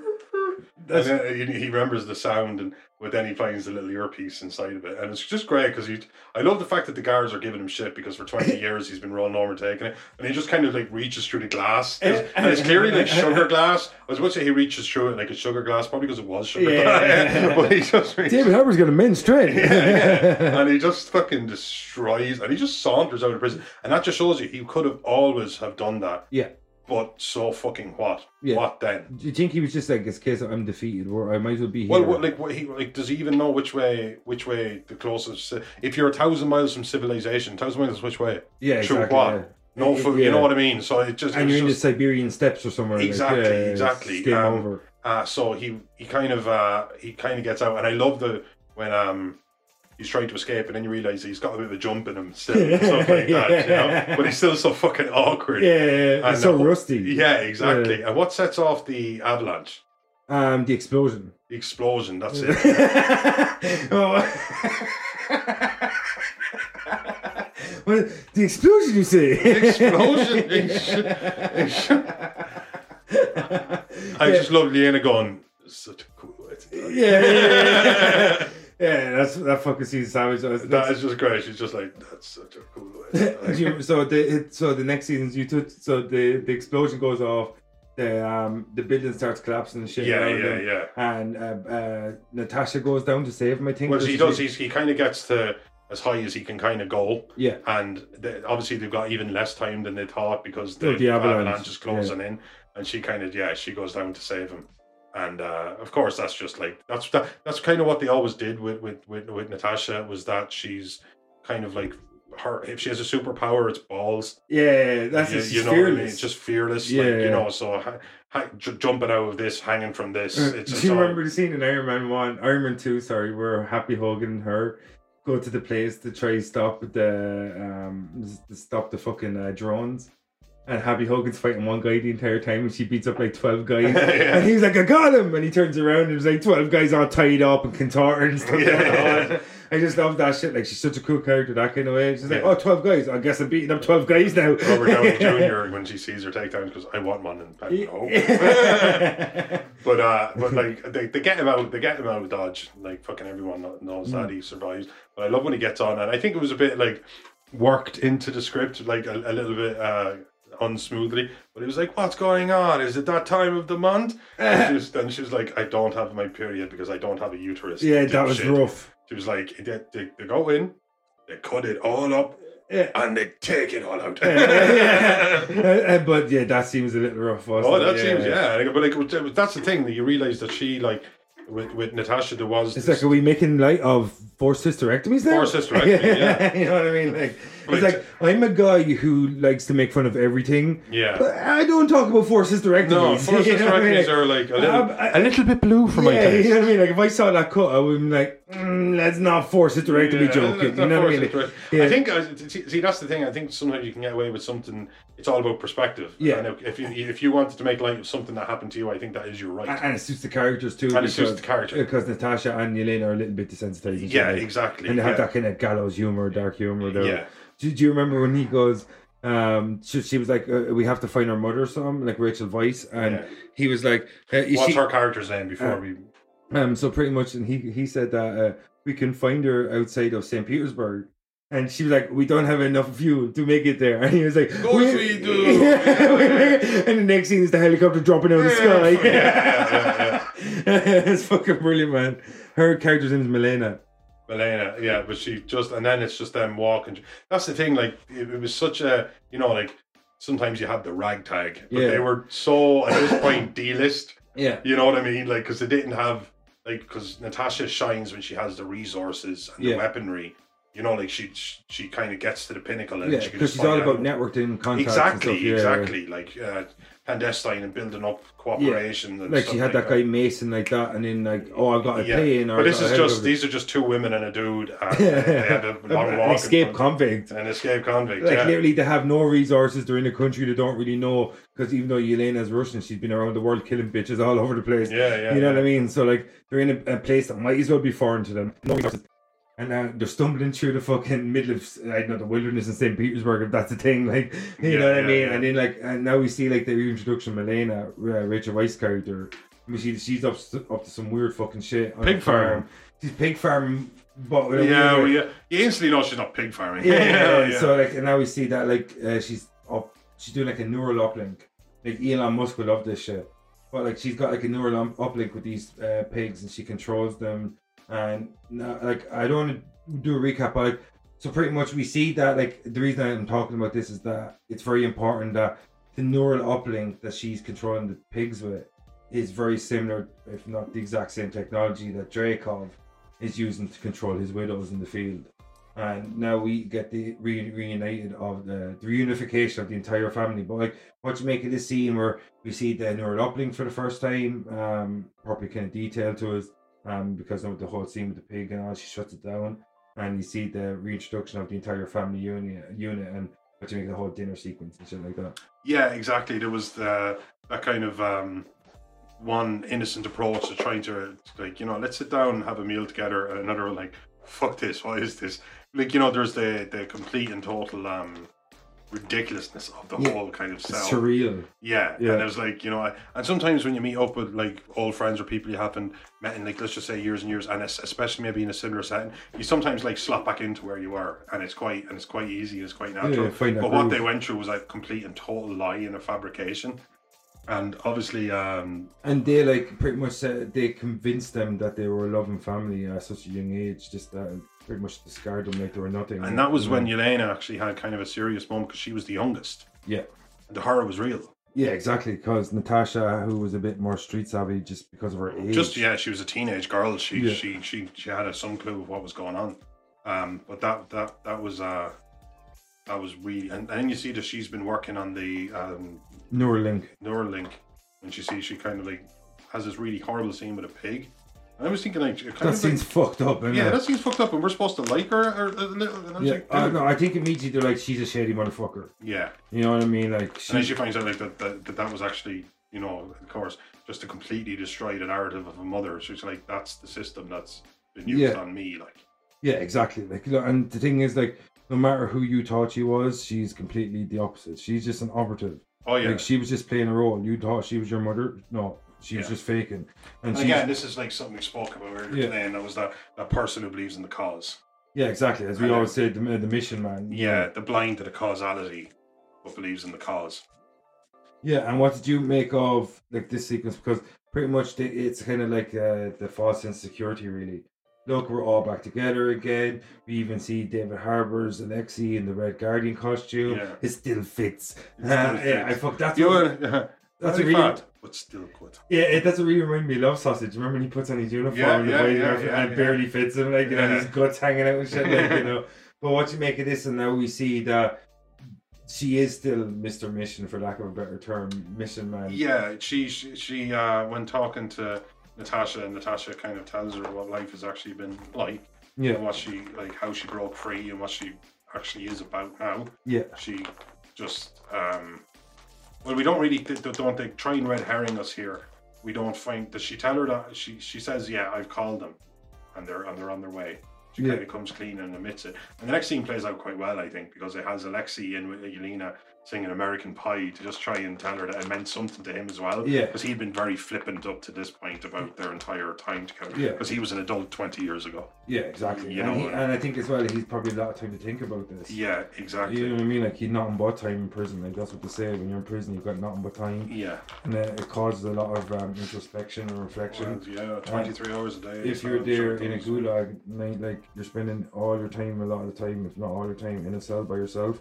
G: and then uh, he he remembers the sound, and but then he finds the little earpiece inside of it, and it's just great because I love the fact that the guards are giving him shit because for twenty years he's been running over taking it, and he just kind of like reaches through the glass, and, and it's clearly like sugar glass. I was about to say he reaches through it like a sugar glass, probably because it was sugar
F: Yeah.
G: glass, but he just reaches
F: David Harbour's going to menstruate.
G: and he just fucking destroys and he just saunters out of prison and that just shows you he could have always have done that
F: yeah.
G: but so fucking what
F: Yeah.
G: what then
F: Do you think he was just like, it's case of I'm defeated, or I might as well be here?
G: well what, like what he like does he even know which way which way the closest ci- if you're a thousand miles from civilization thousand miles which way
F: Yeah,
G: Through
F: exactly,
G: what
F: yeah.
G: no
F: Yeah,
G: food
F: yeah.
G: you know what I mean so it just
F: and
G: it's
F: you're in the
G: just,
F: Siberian steps or somewhere. like,
G: exactly
F: yeah, it's
G: exactly
F: Game
G: Um,
F: over.
G: uh, so he he kind of uh he kind of gets out and i love the when um he's trying to escape and then you realize he's got a bit of a jump in him still and stuff like that you know but he's still so fucking awkward
F: Yeah, yeah, yeah.
G: And
F: it's so
G: the whole-
F: rusty.
G: yeah exactly and what sets off the avalanche
F: Um, the explosion.
G: the explosion that's it
F: well, the explosion, you say?
G: explosion i just love Lena going such a cool
F: yeah,
G: idea."
F: yeah, yeah, yeah. Yeah, that's that fucking season savage. That's,
G: that is just great she's just like that's such a cool idea."
F: Do you- so the it, so the next season's you took so the the explosion goes off, the um the building starts collapsing and shit.
G: Yeah,
F: around
G: yeah,
F: them,
G: yeah.
F: And uh, uh, Natasha goes down to save him. I think.
G: Well,
F: doesn't
G: he does. He's, he kind of gets to as high as he can kind of go.
F: Yeah.
G: And they, obviously they've got even less time than they thought because
F: Oh,
G: the,
F: the avalanche,
G: avalanche, is closing in, and she kind of yeah she goes down to save him. And uh, of course, that's just like that's that, that's kind of what they always did with, with with with Natasha was that she's kind of like her if she has a superpower, it's balls.
F: Yeah, that's
G: you,
F: it.
G: you
F: She's
G: know, what I mean?
F: fearless.
G: It's just fearless.
F: Yeah,
G: like,
F: yeah.
G: you know, so ha- ha- j- jumping out of this, hanging from this.
F: Uh,
G: It's,
F: Do
G: it's
F: you
G: all-
F: remember the scene in Iron Man One, Iron Man Two? Sorry, where Happy Hogan and her go to the place to try stop the um s- to stop the fucking uh, drones. And Happy Hogan's fighting one guy the entire time, and she beats up like twelve guys.
G: Yeah.
F: And he's like, "I got him!" And he turns around and there's like twelve guys all tied up and contorted and stuff.
G: Yeah.
F: Like that. I just love that shit. Like she's such a cool character that kind of way. She's like,
G: Yeah.
F: "Oh, 12 guys! I guess I'm beating up twelve guys now."
G: Robert Downey Jr. when she sees her takedowns because I want one and Pat, no.
F: Yeah.
G: but uh, but like they, they get him out, they get him out of Dodge. Like fucking everyone kno- knows that
F: Mm.
G: he survives. But I love when he gets on, and I think it was a bit like worked into the script, like a, a little bit uh, unsmoothly. But it was like, what's going on? Is it that time of the month? And she was, and she was like, I don't have my period because I don't have a uterus.
F: yeah, that was
G: dipshit.
F: rough.
G: She was like, they, they, they go in, they cut it all up,
F: Yeah.
G: and they take it all out.
F: yeah, Uh, uh, but yeah, that seems a little rough. wasn't
G: Oh,
F: it?
G: that seems yeah. Like, But like, it was- that's the thing that you realize that she like with with Natasha there was
F: It's like,
G: this-
F: are we making light of forced hysterectomies now?
G: Forced hysterectomy, yeah.
F: you know what I mean? Like, it's
G: Right.
F: like I'm a guy who likes to make fun of everything.
G: Yeah.
F: but I don't talk about forced hysterectomies.
G: no, forced
F: You know what I mean?
G: hysterectomies are like a little.
F: Um, I-
G: a little bit blue for
F: yeah, you know what I mean. Like if I saw that cut, I would be like, mm, "Let's not force hysterectomy
G: Yeah,
F: joke it."
G: that's
F: You
G: not
F: know what I
G: forced
F: mean?
G: hysterectomy.
F: Yeah.
G: I think uh, see, see that's the thing. I think sometimes you can get away with something. It's all about perspective.
F: Yeah.
G: And if you if you wanted to make light of something that happened to you, I think that is your right.
F: And and it suits the characters too.
G: And it suits the character.
F: because Natasha and Yelena are a little bit desensitized.
G: Yeah, exactly,
F: And they have
G: yeah.
F: that kind of gallows humor, dark humor. Though.
G: Yeah.
F: Do, do you remember when he goes? Um, she, she was like, uh, "We have to find our mother, or something like Rachel Weisz," and
G: Yeah.
F: he was like, uh, you
G: What's
F: see- Uh.
G: her character's name before we?
F: um, so pretty much, and he he said that uh, we can find her outside of Saint Petersburg, and she was like, "We don't have enough fuel to make it there," and he was like, "Of
G: course we do."
F: and the next scene is the helicopter dropping out of the sky.
G: yeah,
F: it's fucking brilliant, man. Her character's name is Milena.
G: Elena, yeah, but she just and then it's just them walking. That's the thing, like it, it was such a you know, like sometimes you had the ragtag, but
F: Yeah.
G: they were so at this point D list.
F: Yeah.
G: You know what I mean? Like because they didn't have like because Natasha shines when she has the resources and
F: Yeah.
G: the weaponry. You know, like she she kind of gets to the pinnacle and
F: Yeah,
G: she can
F: because
G: just
F: she's
G: find
F: all
G: out.
F: about networking, contacts,
G: exactly,
F: and stuff. Yeah,
G: exactly, like uh, clandestine and building up cooperation.
F: Yeah.
G: And
F: Like
G: stuff
F: she had that guy Mason like that, and then like, oh, I've got a
G: yeah,
F: plane. Or
G: but
F: I've
G: this
F: got a
G: is just
F: helicopter.
G: these are just two women and a dude. And they had a long
F: An
G: walk in
F: escape
G: front-
F: convict.
G: an escape convict.
F: Like
G: yeah.
F: literally, they have no resources. They're in a country they don't really know because even though Yelena's Russian, she's been around the world killing bitches all over the place.
G: Yeah, yeah,
F: You know
G: yeah.
F: what I mean? So like, they're in a, a place that might as well be foreign to them. No resources. And uh, they're stumbling through the fucking middle of I don't know the wilderness in Saint Petersburg if that's a thing. Like, you
G: Yeah,
F: know what I
G: yeah,
F: mean?
G: yeah.
F: And then like, and now we see like the reintroduction of Milena, uh, Rachel Weisz character. And we see that she's up, up to some weird fucking shit. On
G: Pig
F: a farm.
G: farm.
F: She's pig farm, but with a
G: Yeah,
F: weird-
G: well, yeah. You instantly know she's not pig farming.
F: yeah, yeah, yeah.
G: yeah.
F: So like, and now we see that like uh, she's up, she's doing like a neural uplink. Like Elon Musk would love this shit, but like she's got like a neural um- uplink with these uh, pigs, and she controls them. And now, like, I don't want to do a recap, but like, so pretty much we see that like the reason I'm talking about this is that it's very important that the neural uplink that she's controlling the pigs with is very similar, if not the exact same technology that Dracov is using to control his widows in the field and now we get the re- reunited of the, the reunification of the entire family. But like, what you make of this scene where we see the neural uplink for the first time, um, properly kind of detailed to us, um, because of the whole scene with the pig and all, she shuts it down, and you see the reintroduction of the entire family unit, unit, and what you make of the whole dinner sequence and shit like that.
G: Yeah, exactly. There was the, that kind of um, one innocent approach to trying to like you know let's sit down and have a meal together. And another like fuck this, what is this? Like you know, there's the the complete and total um, ridiculousness of the
F: Yeah.
G: whole kind of
F: It's
G: cell.
F: surreal.
G: Yeah,
F: Yeah.
G: and there's like you know, I- and sometimes when you meet up with like old friends or people you haven't met in like let's just say years and years, and es- especially maybe in a similar setting, you sometimes like slap back into where you are, and it's quite and it's quite easy and it's quite natural.
F: yeah, find that
G: but what
F: groove.
G: they went through was like complete and total lie and a fabrication, and obviously, um,
F: And they like pretty much said they convinced them that they were a loving family at such a young age, just that pretty much discarded them like they were nothing.
G: and that was
F: mm.
G: when Yelena actually had kind of a serious moment because she was the youngest.
F: yeah.
G: The horror was real.
F: Yeah, exactly. Because Natasha, who was a bit more street savvy just because of her age,
G: Just yeah, she was a teenage girl. She
F: Yeah.
G: she she she had a, some clue of what was going on. Um, but that that that was uh, that was really, and, and then you see that she's been working on the um,
F: Neuralink.
G: Neuralink, and she sees she kind of like has this really horrible scene with a pig. And I was thinking like, it kind
F: That
G: of
F: seems
G: like,
F: fucked up, isn't
G: yeah,
F: it?
G: that seems fucked up, and we're supposed to like her. Or, a little and I was
F: yeah.
G: like,
F: Uh,
G: dude,
F: no, I think immediately they're like, she's a shady motherfucker.
G: yeah.
F: You know what I mean? Like, she,
G: And then she finds out like that, that that that was actually you know of course just to completely destroy the narrative of a mother. She's like, that's the system that's been used
F: Yeah.
G: on me, like.
F: yeah, exactly. Like, look, and the thing is, like, no matter who you thought she was, she's completely the opposite. She's just an operative.
G: Oh yeah.
F: Like, she was just playing a role. You thought she was your mother? No, she was
G: Yeah.
F: just faking. And,
G: and
F: she's,
G: again, this is like something we spoke about earlier
F: Yeah.
G: today, and that was that, that person who believes in the cause.
F: yeah, exactly. As we
G: And, uh,
F: always say, the, the mission man.
G: Yeah, the blind to the causality, but believes in the cause.
F: Yeah, and what did you make of like this sequence? Because pretty much the, it's kind of like uh, the false sense of security, really. Look, we're all back together again. We even see David Harbour's Alexi in the Red Guardian costume.
G: Yeah.
F: It still fits.
G: It still
F: Uh, Yeah, I
G: fits.
F: fuck that's
G: You
F: what,
G: were- yeah.
F: that's a
G: Very
F: really
G: bad, but still good.
F: yeah. It, that's what really reminded me of Love Sausage. Remember when he puts on his uniform
G: Yeah,
F: and, the
G: yeah,
F: white
G: yeah,
F: outfit
G: yeah,
F: and it
G: yeah.
F: barely fits him, like you know,
G: Yeah.
F: his guts hanging out and shit, like you know. But what you make of this? And now we see that she is still Mister Mission, for lack of a better term, Mission Man.
G: Yeah, she she, she uh, when talking to Natasha, and Natasha kind of tells her what life has actually been like,
F: yeah.
G: and what she like, how she broke free, and what she actually is about now.
F: Yeah,
G: she just um well we don't really th- th- don't they try and red herring us here we don't find does she tell her that she she says yeah i've called them and they're and they're on their way she
F: Yeah.
G: kind of comes clean and admits it and the next scene plays out quite well i think because it has alexi and with uh, yelena singing american pie to just try and tell her that it meant something to him as well
F: Yeah.
G: because he'd been very flippant up to this point about their entire time together
F: Yeah.
G: because he was an adult 20 years ago
F: yeah, exactly.
G: You
F: and,
G: know
F: he,
G: what?
F: and I think as well, he's probably a lot of time to think about this.
G: yeah exactly
F: You know what I mean? Like he's nothing but time in prison. Like that's what they say. When you're in prison, you've got nothing but time,
G: yeah
F: and uh, it causes a lot of um, introspection and reflection.
G: yeah 23 hours a day
F: if
G: so
F: you're
G: I'm
F: there
G: sure
F: in a
G: things-
F: gulag, like, like you're spending all your time, a lot of the time, if not all your time, in a cell by yourself.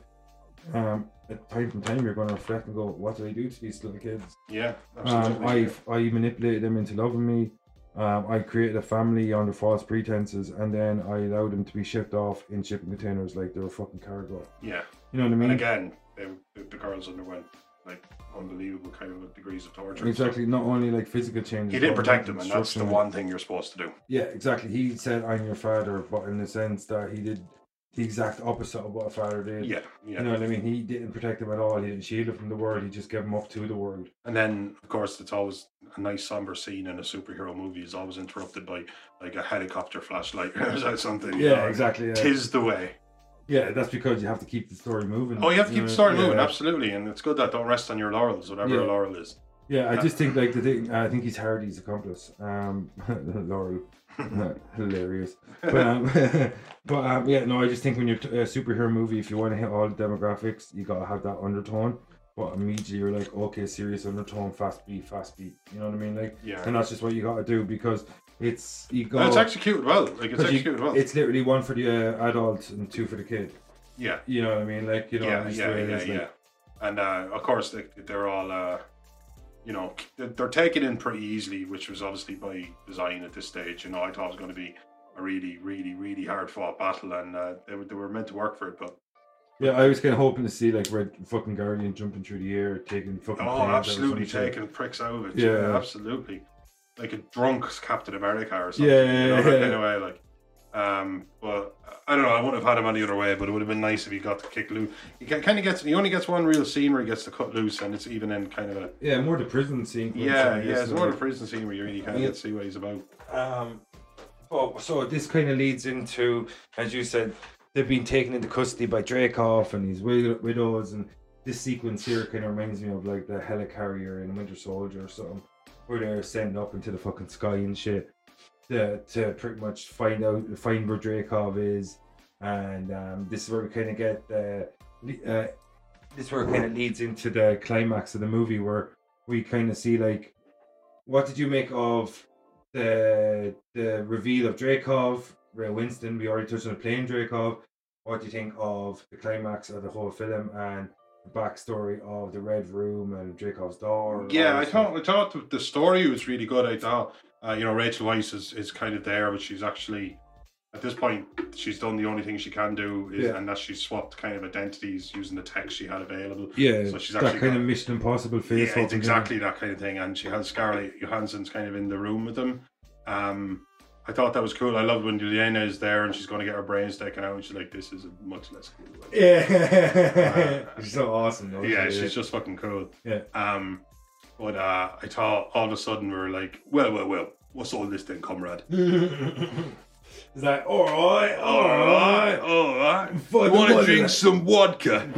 F: Um, at time from time, you're going to reflect and go, "What did I do to these little kids?
G: Yeah,
F: Um,
G: absolutely.
F: I I manipulated them into loving me. Um, I created a family under false pretenses, and then I allowed them to be shipped off in shipping containers like they were fucking cargo.
G: yeah.
F: You know what I mean?
G: And again, they, the the girls underwent like unbelievable kind of degrees of torture.
F: exactly. Not only like physical changes.
G: He didn't
F: but
G: protect them, and that's the
F: instruction.
G: one thing you're supposed to do.
F: Yeah, exactly. He said, "I'm your father," but in the sense that he did the exact opposite of what a father did.
G: Yeah, yeah.
F: You know what I mean? He didn't protect them at all. He didn't shield them from the world. He just gave them up to the world.
G: And then, of course, it's always a nice somber scene in a superhero movie is always interrupted by like a helicopter flashlight or something. you
F: Yeah,
G: know,
F: exactly. Yeah.
G: Tis the way.
F: yeah, that's because you have to keep the story moving.
G: Oh, you have to
F: know
G: keep the
F: what-
G: story
F: yeah.
G: moving, absolutely. And it's good that don't rest on your laurels, whatever
F: Yeah.
G: your laurel is.
F: Yeah, I just think like the thing. I think he's Hardy's accomplice. Um, Laurel, hilarious. But um, but um, yeah, no, I just think when you're t- a superhero movie, if you want to hit all the demographics, you gotta have that undertone. But immediately you're like, okay, serious undertone, fast beat, fast beat. You know what I mean? Like,
G: Yeah.
F: And that's just what you gotta do because it's you
G: And
F: got.
G: it's executed well. Like it's executed well.
F: it's literally one for the uh, adult and two for the kid.
G: yeah.
F: You know what I mean? Like, you know,
G: yeah,
F: just the
G: yeah,
F: way it
G: yeah,
F: is, like-
G: yeah. And uh, of course, they, they're all, uh, you know, they're, they're taken in pretty easily, which was obviously by design at this stage. You know, I thought it was going to be a really, really, really hard fought battle, and uh, they, were, they were meant to work for it. But
F: Yeah, I was kind of hoping to see like Red fucking Guardian jumping through the air, taking fucking. planes
G: oh,
F: out or
G: absolutely
F: some shit.
G: taking pricks out of it.
F: Yeah.
G: Yeah, absolutely. Like a drunk Captain America or something.
F: Yeah,
G: you know,
F: yeah,
G: like,
F: yeah.
G: Anyway, like. Um, but I don't know. I wouldn't have had him any other way. But it would have been nice if he got to kick loose. He kind of gets. He only gets one real scene where he gets to cut loose, and it's even in kind of a
F: Yeah, more the prison scene. for
G: Yeah,
F: instance,
G: yeah, it's
F: like-
G: more of a prison scene where you really kind of
F: Yeah.
G: get to see what he's about.
F: Um, but so this kind of leads into, as you said, they've been taken into custody by Dracoff and his wi- widows, and this sequence here kind of reminds me of like the helicarrier in Winter Soldier or something, where they're sent up into the fucking sky and shit to, to pretty much find out find where Dracov is, and um, this is where we kind of get the. le- Uh, this where kind of leads into the climax of the movie where we kind of see like what did you make of the the reveal of Dracov, Ray Winston. We already touched on the plane Dracov. What do you think of the climax of the whole film and the backstory of the Red Room and Dracov's door?
G: Yeah, I
F: Obviously.
G: thought I thought the- the story was really good. I thought, uh, you know, Rachel Weisz is, is kind of there, but she's actually at this point she's done the only thing she can do, is,
F: Yeah.
G: and that she's swapped kind of identities using the text she had available.
F: Yeah,
G: so she's
F: that
G: actually
F: kind of
G: got-
F: Mission Impossible face.
G: yeah, it's
F: hopping,
G: exactly that kind of thing. And she has Scarlett Johansson's kind of in the room with them. Um, I thought that was cool. I love when Juliana is there and she's going to get her brains taken out, and she's like, "This is a much less cool." way."
F: Yeah, she's so awesome though.
G: yeah,
F: she
G: she's
F: is.
G: just fucking cool.
F: Yeah.
G: Um, but uh, I thought all of a sudden we were like, well, well, well, what's all this then, comrade?
F: It's like, all right, all right.
G: all right.
F: For the
G: Want to
F: motherland.
G: drink some vodka?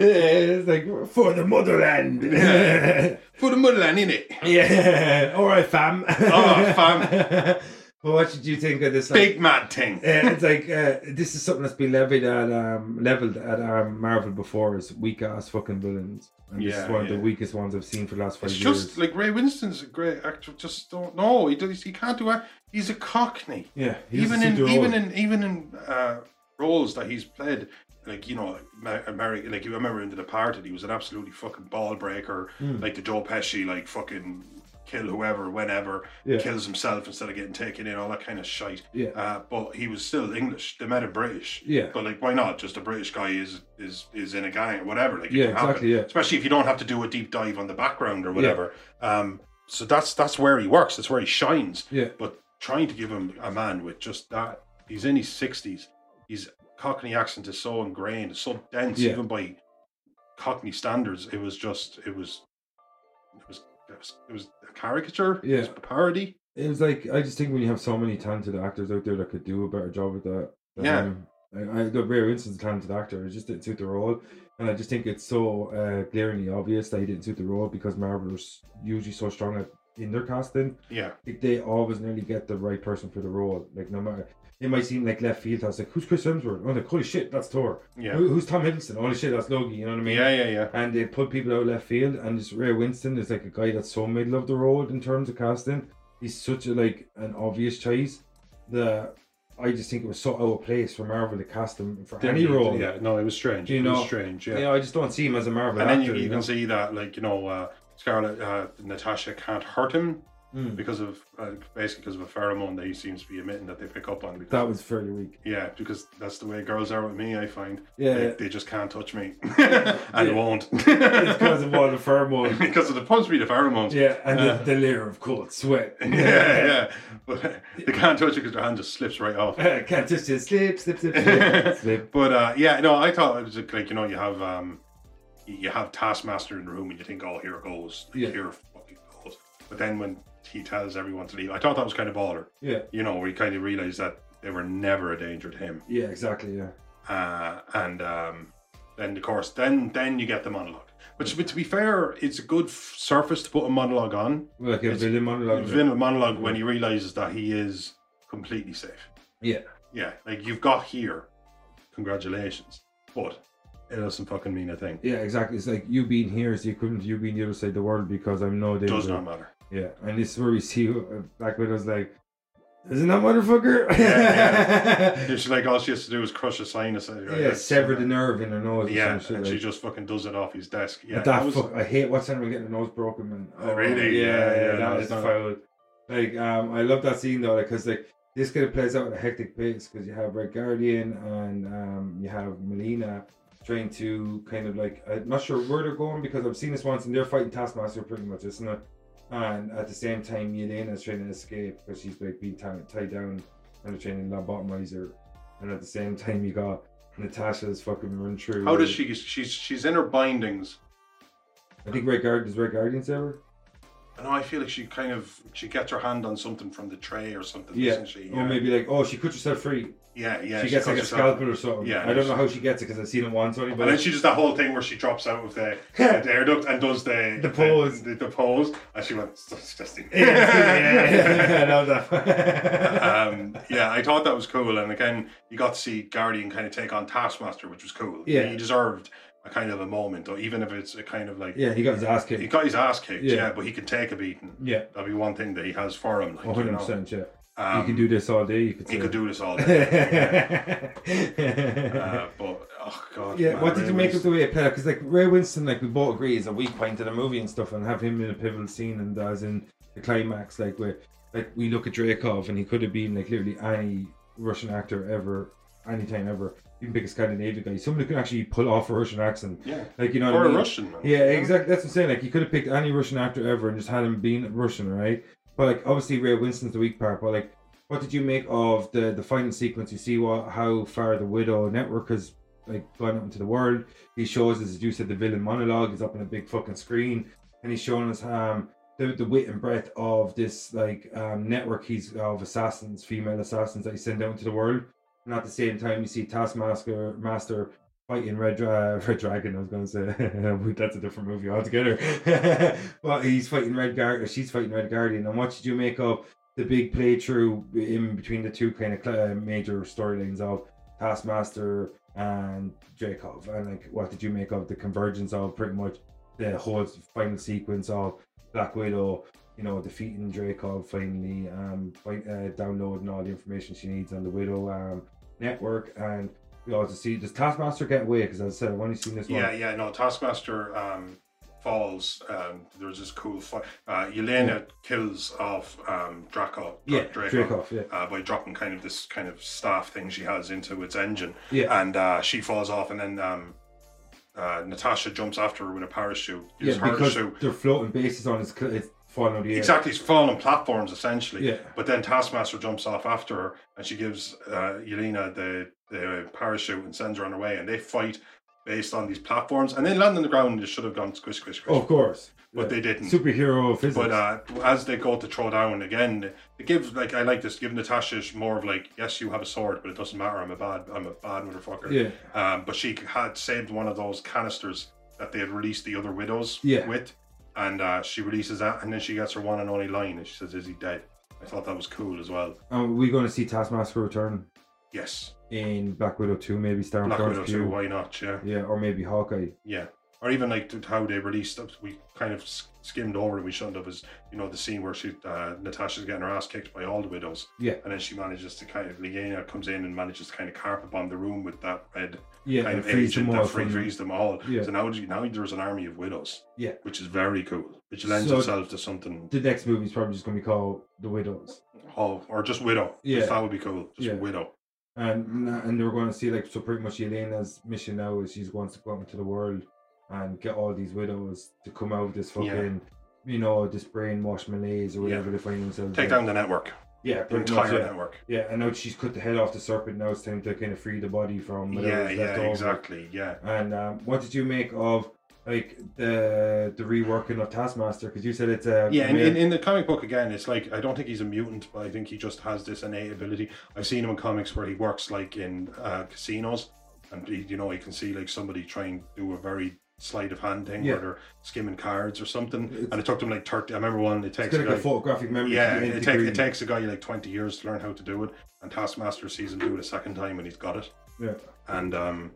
F: Yeah, it's like for the motherland.
G: Yeah. For the motherland, innit?
F: yeah, all right, fam.
G: Oh, fam.
F: Well, what did you think of this? Like,
G: Big mad thing.
F: uh, it's like uh, this is something that's been levied at um, leveled at um, Marvel before is weak ass fucking villains. And this is
G: Yeah,
F: one of the
G: yeah.
F: weakest ones I've seen for the last five
G: It's
F: years.
G: just like Ray Winston's a great actor. Just don't know. He does, he can't do that. He's a cockney.
F: yeah, he doesn't
G: even
F: seem
G: in
F: to
G: even
F: know.
G: in even in uh, roles that he's played, like you know, like America, like you remember in The Departed, he was an absolutely fucking ball breaker,
F: Hmm.
G: like the Joe Pesci, like fucking kill whoever, whenever,
F: Yeah.
G: kills himself instead of getting taken in, all that kind of shite.
F: Yeah.
G: Uh, but he was still English. They made him British.
F: Yeah.
G: But like, why not? Just a British guy is is is in a gang or whatever. Like, it
F: Yeah,
G: can happen.
F: exactly, yeah.
G: Especially if you don't have to do a deep dive on the background or whatever. Um. So that's that's where he works. That's where he shines
F: yeah,
G: but trying to give him a man with just that he's in his 60s his cockney accent is so ingrained it's so dense
F: Yeah.
G: even by cockney standards it was just it was it was it was, it was a caricature it was
F: Yeah.
G: a parody
F: it was like I just think when you have so many talented actors out there that could do a better job with that. than
G: Yeah.
F: him. I, I the Ray Winston's a talented actor. It just didn't suit the role, and I just think it's so uh, glaringly obvious that he didn't suit the role because Marvel is usually so strong at in their casting.
G: yeah
F: like they always nearly get the right person for the role. Like no matter, it might seem like left field. I was like, who's Chris Hemsworth? Oh, like holy shit, that's Thor.
G: Yeah.
F: Who, who's Tom Hiddleston? Holy shit, that's Logie. You know what I mean?
G: yeah yeah yeah
F: And they put people out left field, and this Ray Winston is like a guy that's so middle of the road in terms of casting. He's such a like an obvious choice that I just think it was so out of place for Marvel to cast him for any role.
G: yeah no it was strange
F: You
G: it
F: know,
G: was strange yeah
F: You know, I just don't see him as a Marvel
G: and
F: actor.
G: then you, you
F: know?
G: can see that like you know uh, Scarlet uh, Natasha can't hurt him
F: Hmm.
G: because of uh, basically because of a pheromone that he seems to be emitting that they pick up on because
F: that was fairly weak.
G: Yeah, because that's the way girls are with me. I find.
F: Yeah.
G: They, they just can't touch me, and they won't
F: It's because of all the pheromones.
G: because of the pulse beat of pheromones.
F: Yeah, and the, the layer of cold sweat.
G: yeah, yeah. But they can't touch it because their hand just slips right off.
F: Can't just just slip, slip, slip, slip. slip.
G: But uh, yeah, no, I thought it was like you know you have um, you have Taskmaster in the room and you think oh here it goes like,
F: Yeah.
G: here it fucking goes. But then when he tells everyone to leave, I thought that was kind of baller.
F: Yeah,
G: You know, where he kind of realized that they were never a danger to him.
F: yeah, exactly. Yeah,
G: uh, and um, then the course, then then you get the monologue. Which, but to be fair, it's a good f- surface to put a monologue on.
F: Like a
G: It's-
F: villain monologue.
G: Vin a monologue when he realizes that he is completely safe.
F: Yeah.
G: Yeah, like you've got here. Congratulations, but it doesn't fucking mean a thing.
F: Yeah, exactly. It's like you being here is the equivalent of you being the other side of the world because I'm no
G: It
F: danger.
G: does not matter.
F: Yeah, and this is where we see uh, Black Widow's like, isn't that motherfucker?
G: Yeah,
F: yeah.
G: It's like all she has to do is crush a sinus. uh, that's-
F: sever the nerve in her nose. or
G: Yeah,
F: some shit
G: and she
F: like-
G: just fucking does it off his desk. Yeah,
F: But that
G: was-
F: fuck, I hate what's happening getting the nose broken. And,
G: Oh, really?
F: Yeah,
G: Yeah,
F: yeah,
G: yeah, no,
F: that
G: it's
F: is
G: not-
F: foul. Like, um, I love that scene though, because like this kind of plays out at a hectic pace because you have Red Guardian and um, you have Melina trying to kind of like I'm not sure where they're going because I've seen this once and they're fighting Taskmaster pretty much, isn't it? And at the same time, Yelena's trying to escape because she's like being tied, tied down and they're trying to lobotomize her. And at the same time, you got Natasha's fucking run through.
G: How does
F: with-
G: she? She's she's in her bindings.
F: I think Red Guard does Red Guardian saber.
G: And I feel like she kind of she gets her hand on something from the tray or something,
F: Yeah.
G: doesn't she?
F: Or maybe like, oh, she cut herself free.
G: yeah, yeah.
F: she gets
G: cuts
F: like a
G: herself.
F: scalpel or something.
G: Yeah,
F: I don't know how she gets it because I've seen it once only. But
G: And then she does that whole thing where she drops out of the, the air duct and does the
F: The pose.
G: the, the, pose, and she went, "It's disgusting."
F: yeah, yeah, yeah, I love that.
G: um, yeah, I thought that was cool. And again, you got to see Guardian kind of take on Taskmaster, which was cool.
F: Yeah.
G: He deserved a kind of a moment, or even if it's a kind of like
F: yeah, he got his ass
G: he
F: kicked.
G: got his ass kicked, yeah.
F: Yeah.
G: but he can take a beating.
F: Yeah,
G: That'd be one thing that he has for him. Like,
F: one
G: you
F: hundred
G: know.
F: percent. Yeah,
G: Um,
F: you can do this all day. You could
G: He
F: say.
G: could do this all day. yeah. Uh, but oh god.
F: Yeah,
G: man,
F: what did
G: Ray
F: you make of
G: Winston-
F: the way it played out? Because like Ray Winston, like we both agree, is a weak point in the movie and stuff, and have him in a pivotal scene and as in the climax, like where like we look at Dracov and he could have been like literally any Russian actor ever, anytime ever, even pick a Scandinavian guy, somebody could actually pull off a Russian accent.
G: Yeah.
F: Like you know,
G: Or
F: what
G: a
F: I mean?
G: Russian man.
F: Yeah, exactly. That's what I'm saying. Like you could have picked any Russian actor ever and just had him being Russian, right? But like obviously Ray Winston's the weak part. But like, what did you make of the the final sequence? You see what how far the widow network has like gone out into the world. He shows us, as you said, the villain monologue is up on a big fucking screen, and he's showing us um the the width and breadth of this like um network he's of assassins, female assassins that he sent out into the world. And at the same time, you see Taskmaster Master fighting Red, Dra- Red Dragon. I was going to say that's a different movie altogether. but he's fighting Red Guard, she's fighting Red Guardian. And what did you make of the big playthrough in between the two kind of cl- uh, major storylines of Taskmaster and Jacob? And like, what did you make of the convergence of pretty much the whole final sequence of Black Widow? You know, defeating Dracov finally, um, fight, uh, downloading all the information she needs on the Widow um, network, and we also see does Taskmaster get away? Because as I said, I've only seen this
G: Yeah,
F: one.
G: yeah, no, Taskmaster um, falls. Um, there's this cool fight. Uh, Yelena kills off um, Draco, Dra-
F: Yeah, Dracov, yeah.
G: uh, by dropping kind of this kind of staff thing she has into its engine.
F: Yeah.
G: And uh, she falls off, and then um, uh, Natasha jumps after her with a parachute.
F: Yeah,
G: Uses her
F: because
G: parachute.
F: they're floating bases on his cl- it's falling out of the air.
G: Exactly, it's falling platforms essentially.
F: Yeah.
G: But then Taskmaster jumps off after her, and she gives uh, Yelena the the parachute and sends her on her way, and they fight based on these platforms, and they land on the ground. and They should have gone squish, squish, squish.
F: Oh, of course.
G: But they didn't.
F: Superhero physics.
G: But uh, as they go to throw down again, it gives like I like this. Give Natasha more of like, yes, you have a sword, but it doesn't matter. I'm a bad, I'm a bad motherfucker.
F: Yeah.
G: Um, but she had saved one of those canisters that they had released the other widows
F: Yeah.
G: with, and uh, she releases that, and then she gets her one and only line, and she says, "Is he dead?" I thought that was cool as well.
F: are Um, we going to see Taskmaster return
G: Yes,
F: in Black Widow two? Maybe starring
G: Black
F: Florence
G: Widow too.
F: Pugh?
G: Why not? Yeah,
F: Yeah, or maybe Hawkeye.
G: yeah. Or even like to- how they released it, we kind of s- skimmed over it. We shouldn't have is you know the scene where she uh, Natasha's getting her ass kicked by all the widows.
F: Yeah,
G: and then she manages to kind of Liena comes in and manages to kind of carpet bomb the room with that red
F: yeah.
G: kind
F: and
G: of
F: frees
G: agent
F: them all
G: that free
F: from-
G: frees them all.
F: Yeah.
G: So now now there's an army of widows,
F: Yeah.
G: which is very cool, which lends
F: So-
G: itself to something
F: The next movie is probably just going to be called The Widows.
G: oh or just widow.
F: Yeah.
G: Just that would be cool. Just
F: Yeah.
G: widow.
F: and and they're going to see like so pretty much Elena's mission now is she's wants to go out into the world and get all these widows to come out of this
G: Yeah.
F: fucking you know this brainwash malaise or
G: Yeah.
F: whatever they find themselves
G: Take
F: in.
G: down the network,
F: yeah
G: the
F: pretty much,
G: entire
F: yeah.
G: network.
F: yeah and now she's cut the head off the serpent now it's time to kind of free the body from
G: Yeah,
F: whatever's
G: yeah,
F: left over.
G: exactly. Yeah.
F: and um, what did you make of like the the reworking of Taskmaster because you said it's uh, a
G: Yeah, and in, in the comic book again, it's like I don't think he's a mutant, but I think he just has this innate ability. I've seen him in comics where he works like in uh, casinos, and y- you know I can see like somebody trying to do a very sleight of hand thing
F: Yeah.
G: where they're skimming cards or something, and it took them like thirty. I remember one. It takes
F: It's
G: a
F: like a
G: guy.
F: photographic memory.
G: Yeah,
F: to
G: it,
F: any
G: take,
F: degree.
G: it takes a guy like 20 years to learn how to do it, and Taskmaster sees him do it a second time, and he's got it.
F: Yeah.
G: And um,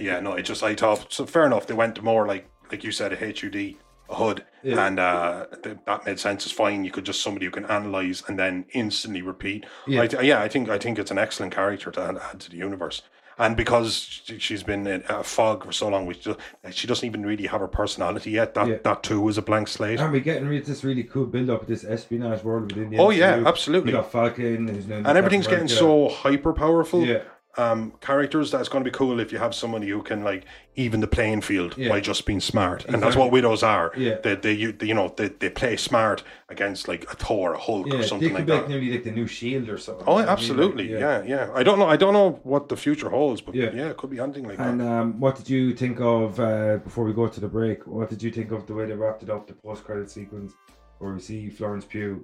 G: yeah, no, it just I thought so. Fair enough. They went to more like like you said, a HUD, a hood,
F: Yeah.
G: and uh, th- that made sense. It's fine. You could just somebody who can analyze and then instantly repeat.
F: Yeah.
G: I th- yeah, I think I think it's an excellent character to add, add to the universe. And because she- she's been in a fog for so long, which just, she doesn't even really have her personality yet. That
F: Yeah.
G: that too is a blank slate.
F: And we're getting re- this really cool build up of this espionage world within the
G: Oh, yeah,
F: MCU.
G: absolutely.
F: You got Falcon, who's now in
G: and everything's
F: Captain
G: getting
F: America.
G: so hyper powerful.
F: Yeah.
G: Um, characters that's going to be cool if you have somebody who can like even the playing field
F: Yeah.
G: by just being smart, and that's
F: Exactly.
G: what widows are.
F: Yeah.
G: They, they you they, you know they, they play smart against like a Thor, a Hulk,
F: yeah,
G: or
F: they
G: something
F: could
G: like
F: be like
G: that.
F: nearly like the new Shield or something.
G: Oh,
F: you know what I mean? Like,
G: absolutely, yeah. yeah, I don't know, I don't know what the future holds, but
F: Yeah.
G: yeah, it could be anything like
F: And
G: that.
F: um, what did you think of uh, before we go to the break? What did you think of the way they wrapped it up, the post-credit sequence, where we see Florence Pugh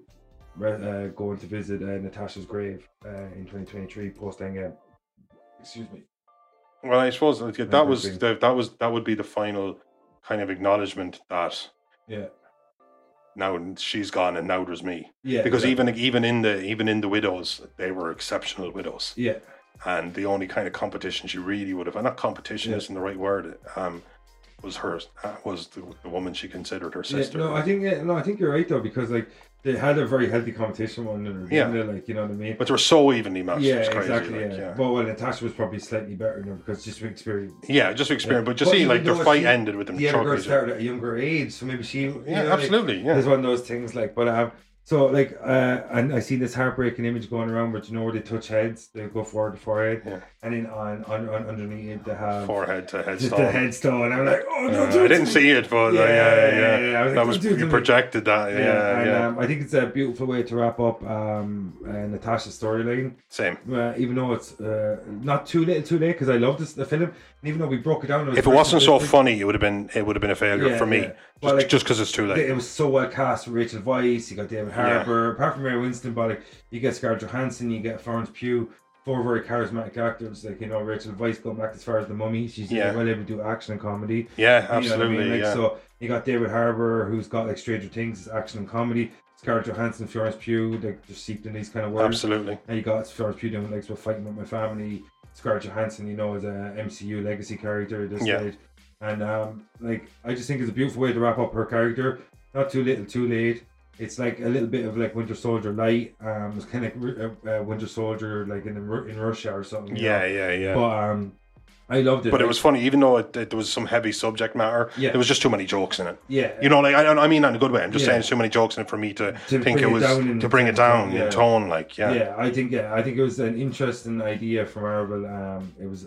F: re- uh, going to visit uh, Natasha's grave uh, in 2023 post Endgame? Excuse me.
G: Well, I suppose like, that
F: That
G: was
F: would be-
G: the, that was that would be the final kind of acknowledgement that
F: Yeah.
G: now she's gone and now there's me.
F: Yeah.
G: because
F: exactly.
G: even even in the even in the widows, they were exceptional widows.
F: yeah,
G: and the only kind of competition she really would have, and not competition
F: Yeah.
G: isn't the right word, um, was hers. Uh, was the, the woman she considered her
F: yeah,
G: sister.
F: no, I think yeah, no, I think you're right though because like they had a very healthy competition one another.
G: Yeah.
F: didn't they? like you know what I mean.
G: but they were so evenly matched.
F: yeah,
G: it was crazy.
F: exactly.
G: like,
F: yeah.
G: yeah.
F: But well, Natasha was probably slightly better than her because just from experience.
G: Yeah, just experience, but just
F: But
G: see,
F: even
G: like their
F: though
G: fight
F: she-
G: ended with them.
F: The other
G: choking
F: girl
G: each other.
F: started at a younger age, so maybe she. you
G: Yeah,
F: know, like,
G: absolutely. Yeah,
F: It's one of those things, like, but um, so like, uh, and I seen this heartbreaking image going around, but you know where they touch heads, they go forward to forehead,
G: Yeah.
F: and then on, on, on underneath it they have
G: forehead to
F: just
G: headstone.
F: the headstone. I'm like, oh,
G: Uh,
F: no,
G: I didn't see it, but uh, yeah,
F: Yeah,
G: yeah, yeah.
F: yeah, yeah, I was like,
G: that
F: don't
G: was
F: do it to
G: you
F: me.
G: projected that. Yeah, yeah.
F: and Um, I think it's a beautiful way to wrap up um, uh, Natasha's storyline.
G: Same.
F: Uh, even though it's uh, not too late, too late because I love this the film, and even though we broke it down, was
G: If it
F: very
G: wasn't so
F: simplistic.
G: funny, it would have been it would have been a failure
F: Yeah,
G: for me,
F: yeah.
G: just
F: Well, like-
G: just because it's too late.
F: It was so well cast with Rachel Weisz, you got David Harbour, apart from Mary Winston, but like you get Scarlett Johansson, you get Florence Pugh, four very charismatic actors. Like you know, Rachel Weisz going back as far as the Mummy, she's
G: Yeah.
F: well able to do action and comedy.
G: yeah,
F: You know what I mean?
G: absolutely.
F: Like,
G: yeah.
F: So you got David Harbour, who's got like Stranger Things, it's action and comedy. Scarlett Johansson, Florence Pugh, like just seeped in these kind of worlds.
G: Absolutely.
F: And you got Florence Pugh doing like with fighting with my family. Scarlett Johansson, you know, is a MCU legacy character at this
G: Yeah.
F: stage. And um, like I just think it's a beautiful way to wrap up her character. Not too little, too late. It's like a little bit of like Winter Soldier light. Um, it's kind of like Ru- uh, uh, Winter Soldier like in the, Ru- in Russia or something. you
G: Yeah,
F: know?
G: yeah, yeah.
F: But um, I loved it.
G: But it
F: Like,
G: was funny, even though it, it, there was some heavy subject matter.
F: Yeah.
G: There was just too many jokes in it.
F: yeah.
G: You know, like I, don't- I mean, that in a good way. I'm just
F: Yeah.
G: saying, there's too many jokes in it for me to,
F: To
G: think
F: bring
G: it
F: it
G: was
F: down in-
G: to bring it down
F: yeah.
G: in tone. Like, yeah,
F: yeah. I think yeah, I think it was an interesting idea from Marvel. Um, it was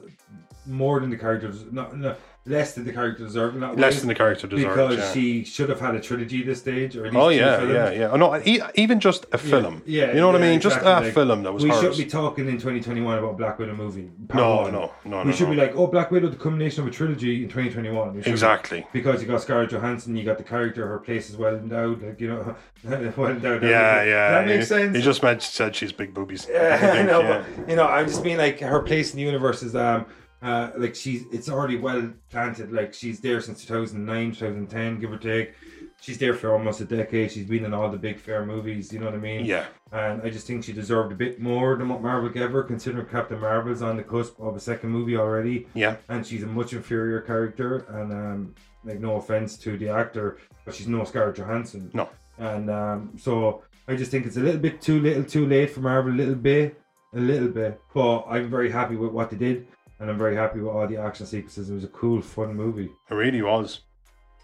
F: more than the characters, not, not less than the character deserved. Not
G: less
F: way.
G: than the character deserved.
F: because
G: yeah.
F: she should have had a trilogy this stage. Or at least
G: oh
F: two
G: yeah,
F: films.
G: yeah, yeah. Oh, no, e- even just a film.
F: yeah,
G: You know what I
F: yeah,
G: mean? Just a
F: exactly, like,
G: film that was
F: We
G: hers.
F: should be talking in 2021 about Black Widow movie. part
G: no,
F: one.
G: no, no, no.
F: We should
G: no.
F: be like, oh, Black Widow, the culmination of a trilogy in 2021. We should be-
G: exactly.
F: because you got Scarlett Johansson, you got the character, her place is well endowed, like you know, well endowed.
G: Yeah,
F: everything.
G: yeah.
F: That makes
G: You-
F: sense.
G: You just meant, said she's big boobies. I
F: Yeah, I
G: think,
F: know,
G: yeah.
F: but you know, I'm just being like her place in the universe is um uh like she's it's already well planted. Like she's there since 2009, 2010, give or take. She's there for almost a decade. She's been in all the big fair movies. You know what I mean?
G: Yeah.
F: And I just think she deserved a bit more than what Marvel gave her, considering Captain Marvel's on the cusp of a second movie already,
G: yeah.
F: and she's a much inferior character. And um, like no offense to the actor, but she's no Scarlett Johansson.
G: No.
F: And um, so I just think it's a little bit too little, too late for Marvel. A little bit, a little bit. But I'm very happy with what they did, and I'm very happy with all the action sequences. It was a cool, fun movie.
G: It really was.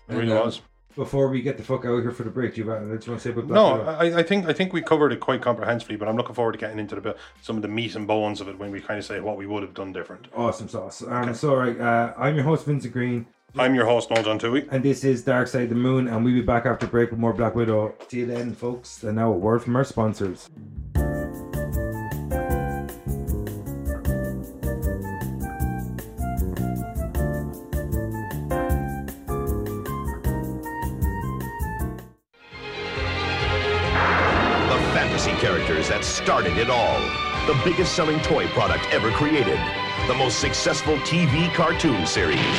G: It
F: And,
G: really
F: um,
G: was.
F: Before we get the fuck out here for the break, do you want do you want to say about Black
G: No, uh,
F: Widow?
G: I, I think I think we covered it quite comprehensively, but I'm looking forward to getting into the bit- some of the meat and bones of it when we kind of say what we would have done different.
F: awesome sauce. Um, So, right, uh, I'm your host Vincent Green,
G: I'm your host, Noel John Tui.
F: and this is Dark Side of the Moon, and we'll be back after break with more Black Widow. See you then, folks. And now a word from our sponsors.
A: The fantasy characters that started it all. The biggest selling toy product ever created. the most successful TV cartoon series.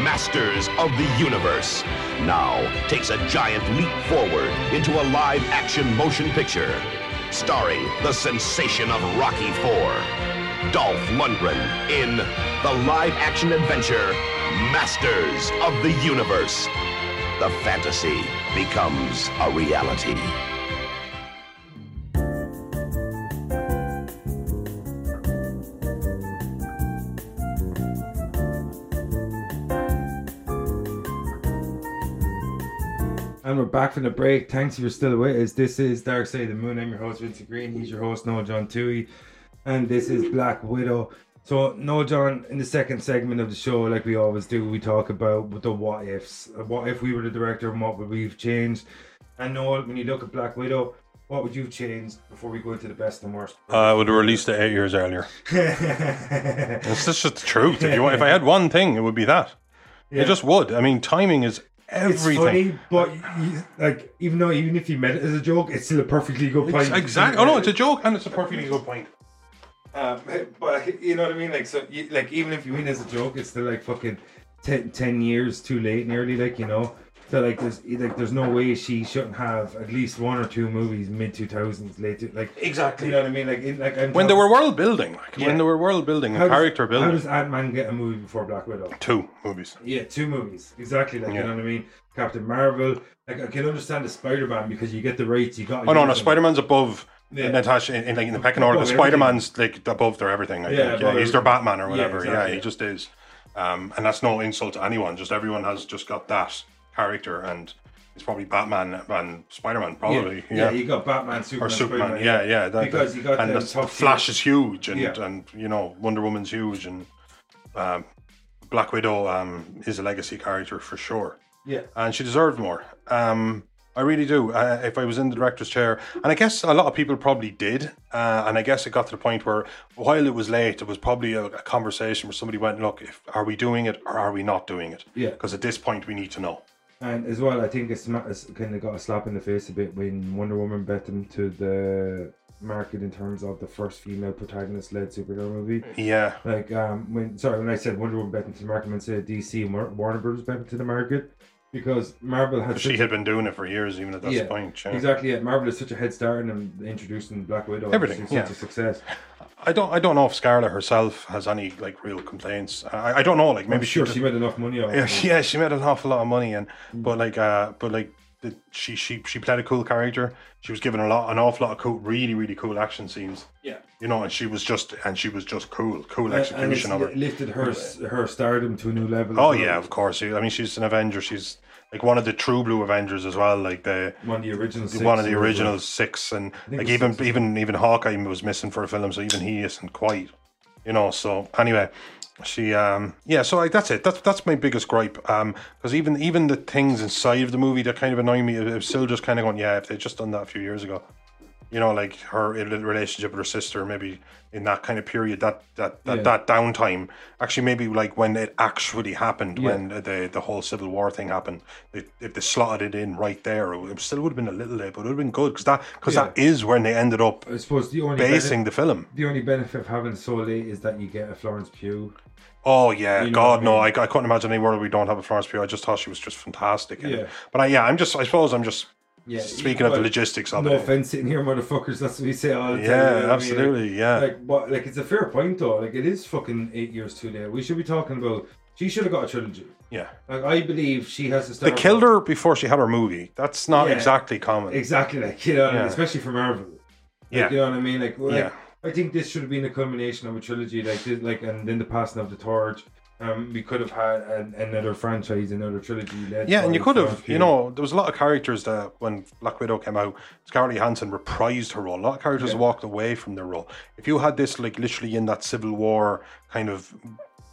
A: Masters of the Universe now takes a giant leap forward into a live action motion picture starring the sensation of Rocky IV, Dolph Lundgren in the live action adventure Masters of the Universe. The fantasy becomes a reality.
F: And we're back from the break. Thanks if you're still with us. This is Dark Side of the Moon. I'm your host, Vincent Green. He's your host, Noel John Tui. And this is Black Widow. So, Noel John, in the second segment of the show, like we always do, we talk about the what ifs. What if we were the director and what would we have changed? And Noel, when you look at Black Widow, what would you have changed before we go into the best and worst?
G: Uh, I would have released it eight years earlier. It's just, just the truth. If, you, want- if I had one thing, it would be that.
F: Yeah.
G: It just would. I mean, timing is
F: It's
G: everything.
F: funny, but you, like even though even if you meant it as a joke, it's still a perfectly good
G: Ex-
F: point.
G: exactly. Oh no, it's a joke, and it's a perfectly good point.
F: Um, but you know what I mean? Like, so, you, like, even if you mean as a joke, it's still like fucking ten, 10 years too late, nearly. Like, you know, so like, there's like, there's no way she shouldn't have at least one or two movies mid two thousands, late, two- like,
G: Exactly.
F: You know what I mean? Like, in, like I'm
G: When they
F: talking-
G: were world building, like
F: Yeah.
G: when they were world building,
F: how
G: and
F: does-
G: character
F: How
G: building,
F: does Ant Man get a movie before Black Widow?
G: two movies.
F: Yeah, two movies. Exactly. Like, you
G: Yeah.
F: know what I mean? Captain Marvel. Like, I can understand the Spider Man because you get the rights. You got.
G: Oh no, no, Spider Man's above
F: Yeah.
G: Natasha in, in, like, in the pecking order.
F: Above
G: Spider Man's like above their everything. I
F: Yeah,
G: think.
F: above
G: yeah, he's their
F: everything.
G: Batman or
F: Yeah,
G: whatever. Yeah,
F: exactly.
G: he just is. Um, and that's no insult to anyone. Just everyone has just got that character, and it's probably Batman and Spider Man, probably.
F: Yeah, you got Batman, Superman,
G: or Superman.
F: Spider-Man,
G: Yeah, yeah. That,
F: because you got
G: and
F: the
G: that's-
F: top
G: Flash is huge, and
F: Yeah.
G: and you know Wonder Woman's huge, and um, Black Widow um, is a legacy character for sure,
F: Yeah,
G: and she deserved more. Um, I really do. Uh, if I was in the director's chair, and I guess a lot of people probably did, uh, and I guess it got to the point where while it was late, it was probably a, a conversation where somebody went, "Look, if, are we doing it or are we not doing it?"
F: Yeah.
G: Because at this point, we need to know.
F: and as well, I think it's, sma- it's kind of got a slap in the face a bit when Wonder Woman bet them to the market in terms of the first female protagonist-led superhero movie.
G: Yeah.
F: Like um, when sorry, when I said Wonder Woman bet them to the market, I meant to say DC and War- Warner Brothers bet them to the market because Marvel had
G: She
F: such-
G: had been doing it for years, even at that
F: yeah,
G: point. yeah.
F: exactly. Yeah. Marvel is such a head start in them introducing Black Widow. and
G: Everything,
F: she's
G: yeah.
F: such a success.
G: I don't. I don't know if Scarlett herself has any like real complaints. I, I don't know. Like
F: I'm
G: maybe
F: sure
G: she.
F: she made enough money off.
G: yeah,
F: it.
G: she- yeah, she made an awful lot of money, and but like, uh, but like, the, she she she played a cool character. She was given a lot, an awful lot of cool, really really cool action scenes.
F: Yeah.
G: You know, and she was just, and she was just cool, cool
F: And- and it's
G: execution of
F: li-
G: it.
F: lifted her s- her stardom to a new level. as
G: Oh
F: well.
G: yeah, of course. I mean, she's an Avenger. She's like one of the true blue Avengers as well. Like the
F: one of the original. six
G: one of the
F: as well.
G: original six, and
F: think
G: like
F: it was
G: even
F: six as
G: even even Hawkeye was missing for a film, so even he isn't quite, you know. So anyway, she um yeah, so like that's it. That's that's my biggest gripe. Um, because even even the things inside of the movie that kind of annoy me, I'm still just kind of going, yeah, if they just done that a few years ago, you know, like her in the relationship with her sister, maybe in that kind of period, that that that,
F: Yeah.
G: that downtime, actually, maybe like when it actually happened, when the the whole civil war thing happened, they, if they slotted it in right there, it would- still would have been a little late, but it would have been good because that because that is when they ended up
F: I suppose the only
G: basing
F: basing
G: the film.
F: the only benefit of having so late is that you get a Florence Pugh.
G: Oh yeah,
F: You know what
G: God no,
F: I
G: I, I couldn't imagine any world we don't have a Florence Pugh. I just thought she was just fantastic. And-
F: Yeah.
G: But I, yeah, I'm just I suppose I'm just
F: Yeah.
G: speaking of the
F: but
G: logistics of
F: No
G: it.
F: offense, sitting here, motherfuckers. That's what we say all the time.
G: Yeah,
F: you know what I mean?
G: absolutely, yeah.
F: Like, but like, it's a fair point though. Like, it is fucking eight years too late. We should be talking about. She should have got a trilogy.
G: yeah.
F: Like, I believe she has to
G: They
F: start.
G: killed her before she had her movie. That's not
F: Yeah.
G: exactly common.
F: Exactly, like you know,
G: Yeah.
F: especially for Marvel. Like,
G: Yeah.
F: you know what I mean. Like, like,
G: Yeah.
F: I think this should have been a culmination of a trilogy, like this, like, and then the passing of the torch. Um, we could have had an, another franchise, another trilogy. Led
G: Yeah,
F: by
G: and you could have,
F: Florence
G: you
F: Pugh.
G: know, there was a lot of characters that when Black Widow came out, Scarlett Johansson reprised her role. A lot of characters walked away from their role. If you had this, like, literally in that Civil War kind of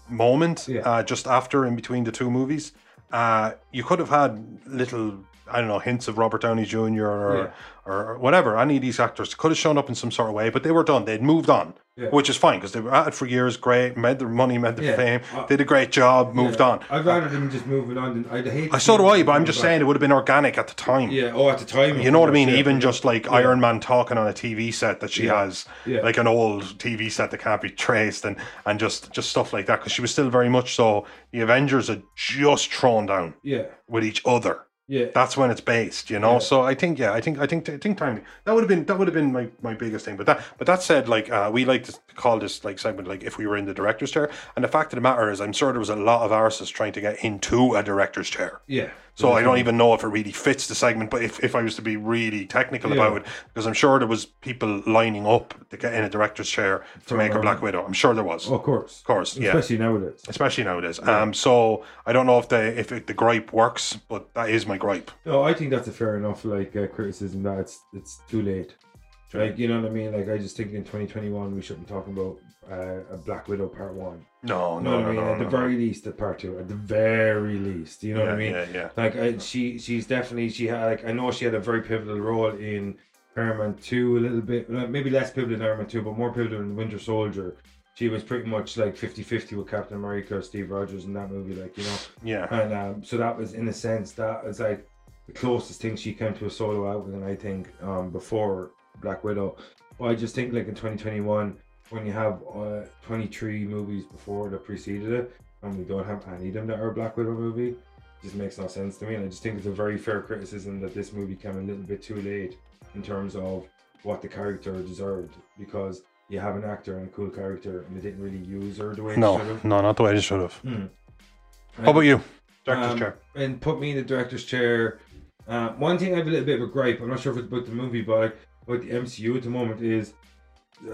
G: moment,
F: Yeah.
G: uh, just after in between the two movies, uh, you could have had little I don't know hints of Robert Downey Jr. or or, or whatever. Any of these actors could have shown up in some sort of way, but they were done. They'd moved on,
F: Yeah.
G: which is fine because they were at it for years. Great, made their money, made their
F: Yeah.
G: fame,
F: Uh,
G: did a great job, moved on.
F: I'd rather them just moving on. Than, I'd hate.
G: I
F: to
G: so
F: see
G: do I,
F: them
G: but I'm
F: going
G: just
F: back.
G: saying it would have been organic at the time.
F: Yeah. Oh, at the time.
G: You know what I mean?
F: yeah.
G: Even just like Iron Man talking on a TV set that she
F: Yeah.
G: has,
F: Yeah.
G: like an old TV set that can't be traced, and and just just stuff like that. Because she was still very much so. The Avengers had just thrown down
F: Yeah.
G: with each other.
F: Yeah.
G: That's when it's based, you know. So I think, yeah, I think, I think, I think timing. That would have been that would have been my, my biggest thing. But that, but that said, like uh, we like to call this like segment like if we were in the director's chair. And the fact of the matter is, I'm sure there was a lot of arses trying to get into a director's chair.
F: yeah.
G: So I don't
F: Mm-hmm.
G: even know if it really fits the segment, but if, if I was to be really technical
F: Yeah.
G: about it, because I'm sure there was people lining up to get in a director's chair to make a Black Widow. I'm sure there was,
F: uh, Oh, of course.
G: of course, yeah,
F: Especially nowadays.
G: especially nowadays. Um, so I don't know if the if it, the gripe works, but that is my gripe.
F: No, I think that's a fair enough like uh, criticism that it's it's too late. Like you know what I mean? Like I just think in 2021 we shouldn't be talking about uh, a Black Widow Part One.
G: No,
F: You know
G: no,
F: what I
G: no,
F: mean?
G: no,
F: at the
G: no, no.
F: very least, at Part Two. At the very least, you know what I
G: Yeah,
F: mean?
G: yeah, yeah.
F: Like I, she, she's definitely she had. Like I know she had a very pivotal role in Iron Man Two a little bit, well, maybe less pivotal in Iron Man Two, but more pivotal in Winter Soldier. She was pretty much like 50-50 with Captain America or Steve Rogers in that movie, like you know.
G: Yeah,
F: And um, so that was, in a sense, that was like the closest thing she came to a solo album, and I think um, before Black Widow. But I just think, like in 2021, when you have uh, 23 movies before that preceded it, and we don't have any of them that are a Black Widow movie, it just makes no sense to me. And I just think it's a very fair criticism that this movie came a little bit too late in terms of what the character deserved because you have an actor and a cool character, and they didn't really use her the way they
G: no,
F: should have.
G: no, not the way they should have.
F: Um,
G: How about you? Director's
F: um,
G: chair.
F: and put me in the director's chair. Uh, one thing I have a little bit of a gripe. I'm not sure if it's about the movie, but like about the MCU at the moment is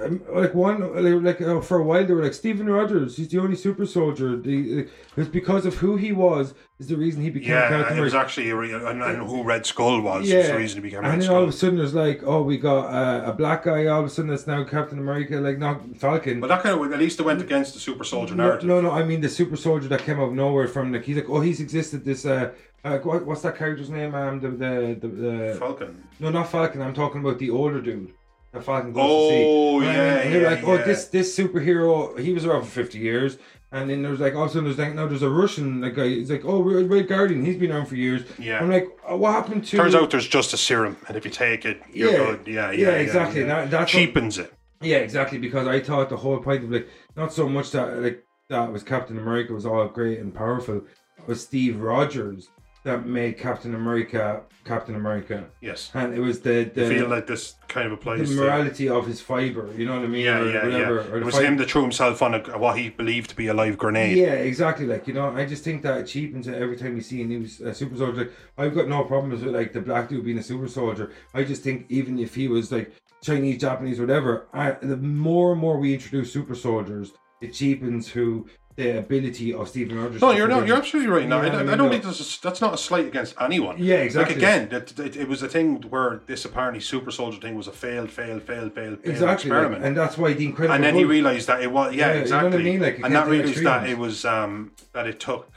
F: um, like one they were like uh, for a while they were like Stephen Rogers. He's the only super soldier. The uh, it's because of who he was is the reason he became Captain
G: Yeah, it
F: America. Uh,
G: was actually a real, and, and who Red Skull was
F: Yeah.
G: was the reason he became
F: and
G: Red
F: then all
G: Skull.
F: of a sudden there's like, oh, we got uh, a black guy. All of a sudden that's now Captain America, like not Falcon.
G: But that kind of at least it went against the super soldier
F: No,
G: narrative.
F: no, no, I mean the super soldier that came out of nowhere from like he's like, oh, he's existed. This uh, uh what, what's that character's name? Um, the the the, the
G: Falcon.
F: no, not Falcon. I'm talking about the older dude. The Falcon goes
G: Oh,
F: to see. And
G: yeah,
F: then they're
G: yeah,
F: like, oh,
G: yeah.
F: this this superhero, he was around for 50 years. And then there's like, also there's like, no, there's a Russian like guy. He's like, oh, Red Red Guardian, he's been around for years.
G: Yeah.
F: I'm like, oh, what happened to?
G: Turns out there's just a serum, and if you take it, you're
F: Yeah.
G: good. Yeah, yeah,
F: Yeah, exactly.
G: yeah.
F: That- that's what-
G: cheapens it.
F: Yeah, exactly. Because I thought the whole point of like not so much that like that was Captain America was all great and powerful, it was Steve Rogers that made Captain America Captain America,
G: Yes,
F: and it was the
G: I
F: the,
G: feel like this kind of
F: the
G: applies. to,
F: morality of his fiber. You know what I mean?
G: yeah,
F: or
G: yeah,
F: whatever,
G: yeah.
F: Or
G: It
F: the
G: was
F: fiber.
G: him that threw himself on a, what he believed to be a live grenade.
F: Yeah, exactly. Like you know, I just think that it cheapens it every time you see a new uh, super soldier. Like I've got no problems with like the black dude being a super soldier. I just think even if he was like Chinese, Japanese, whatever, I, the more and more we introduce super soldiers, it cheapens who the ability of Stephen Rogers.
G: No,
F: to
G: you're no,
F: do.
G: you're absolutely right. No,
F: You know what
G: I,
F: I
G: I
F: mean?
G: don't
F: No.
G: think that's that's not a slight against anyone.
F: Yeah, exactly.
G: Like again, that it, it was a thing where this apparently super soldier thing was a failed, failed, failed, failed, failed
F: exactly, like,
G: experiment.
F: and that's why the incredible.
G: and then he
F: Hulk-
G: realized that it was
F: Yeah,
G: yeah,
F: you know what I
G: exactly
F: mean? Like, you can't
G: and that
F: do
G: realized that
F: extremes.
G: it was um that it took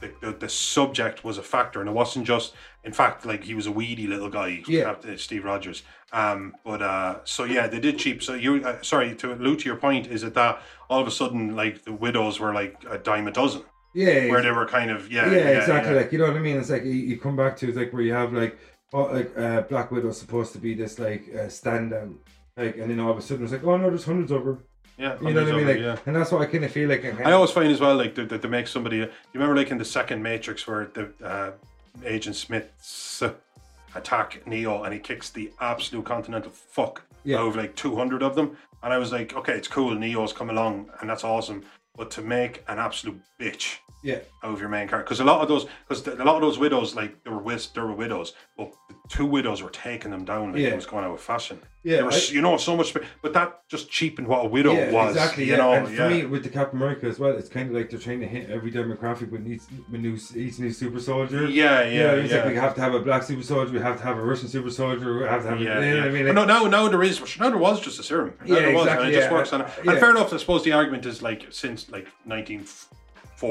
G: the, the, the subject was a factor and it wasn't just in fact like he was a weedy little guy
F: Yeah.
G: Captain Steve Rogers um but uh so yeah they did cheap so you uh, sorry to allude to your point is it that all of a sudden like the widows were like a dime a dozen
F: yeah,
G: where they were kind of yeah
F: yeah, exactly. Like you know what I mean. It's like you, you come back to it's like where you have like, oh, like uh, Black Widow's supposed to be this like uh, standout, like, and then all of a sudden it's like, oh no, there's hundreds of her.
G: yeah
F: You know what I mean? Like,
G: yeah.
F: and that's what I kind of feel like. I
G: I always find as well, like that, that they make somebody. You remember, like in the second Matrix, where the uh, Agent Smith's uh, attack Neo, and he kicks the absolute continental fuck
F: Yeah.
G: out of like two hundred of them. And I was like, okay, it's cool, Neo's come along, and that's awesome. But to make an absolute bitch
F: yeah,
G: out of your main character, because a lot of those, because a lot of those widows, like they were wis- they were widows, but the two widows were taking them down, like
F: Yeah.
G: it was going out of fashion.
F: Yeah,
G: They were,
F: I-
G: s- you know, so much, but that just cheapened what a widow
F: yeah,
G: was.
F: exactly.
G: you
F: yeah.
G: know,
F: and for
G: yeah.
F: me, with the Captain America as well, it's kind of like they're trying to hit every demographic with each, with new, each new super soldier.
G: Yeah,
F: You
G: yeah,
F: know, it's
G: yeah.
F: like we have to have a black super soldier, we have to have a Russian super soldier, we have to have.
G: Yeah,
F: a, you know
G: yeah.
F: what I mean?
G: But
F: Like,
G: no, no, no, there is. No, there was just a serum. No,
F: Yeah,
G: there was,
F: exactly,
G: and it just
F: yeah.
G: works on it. And
F: Yeah.
G: fair enough, I suppose the argument is like since like 19,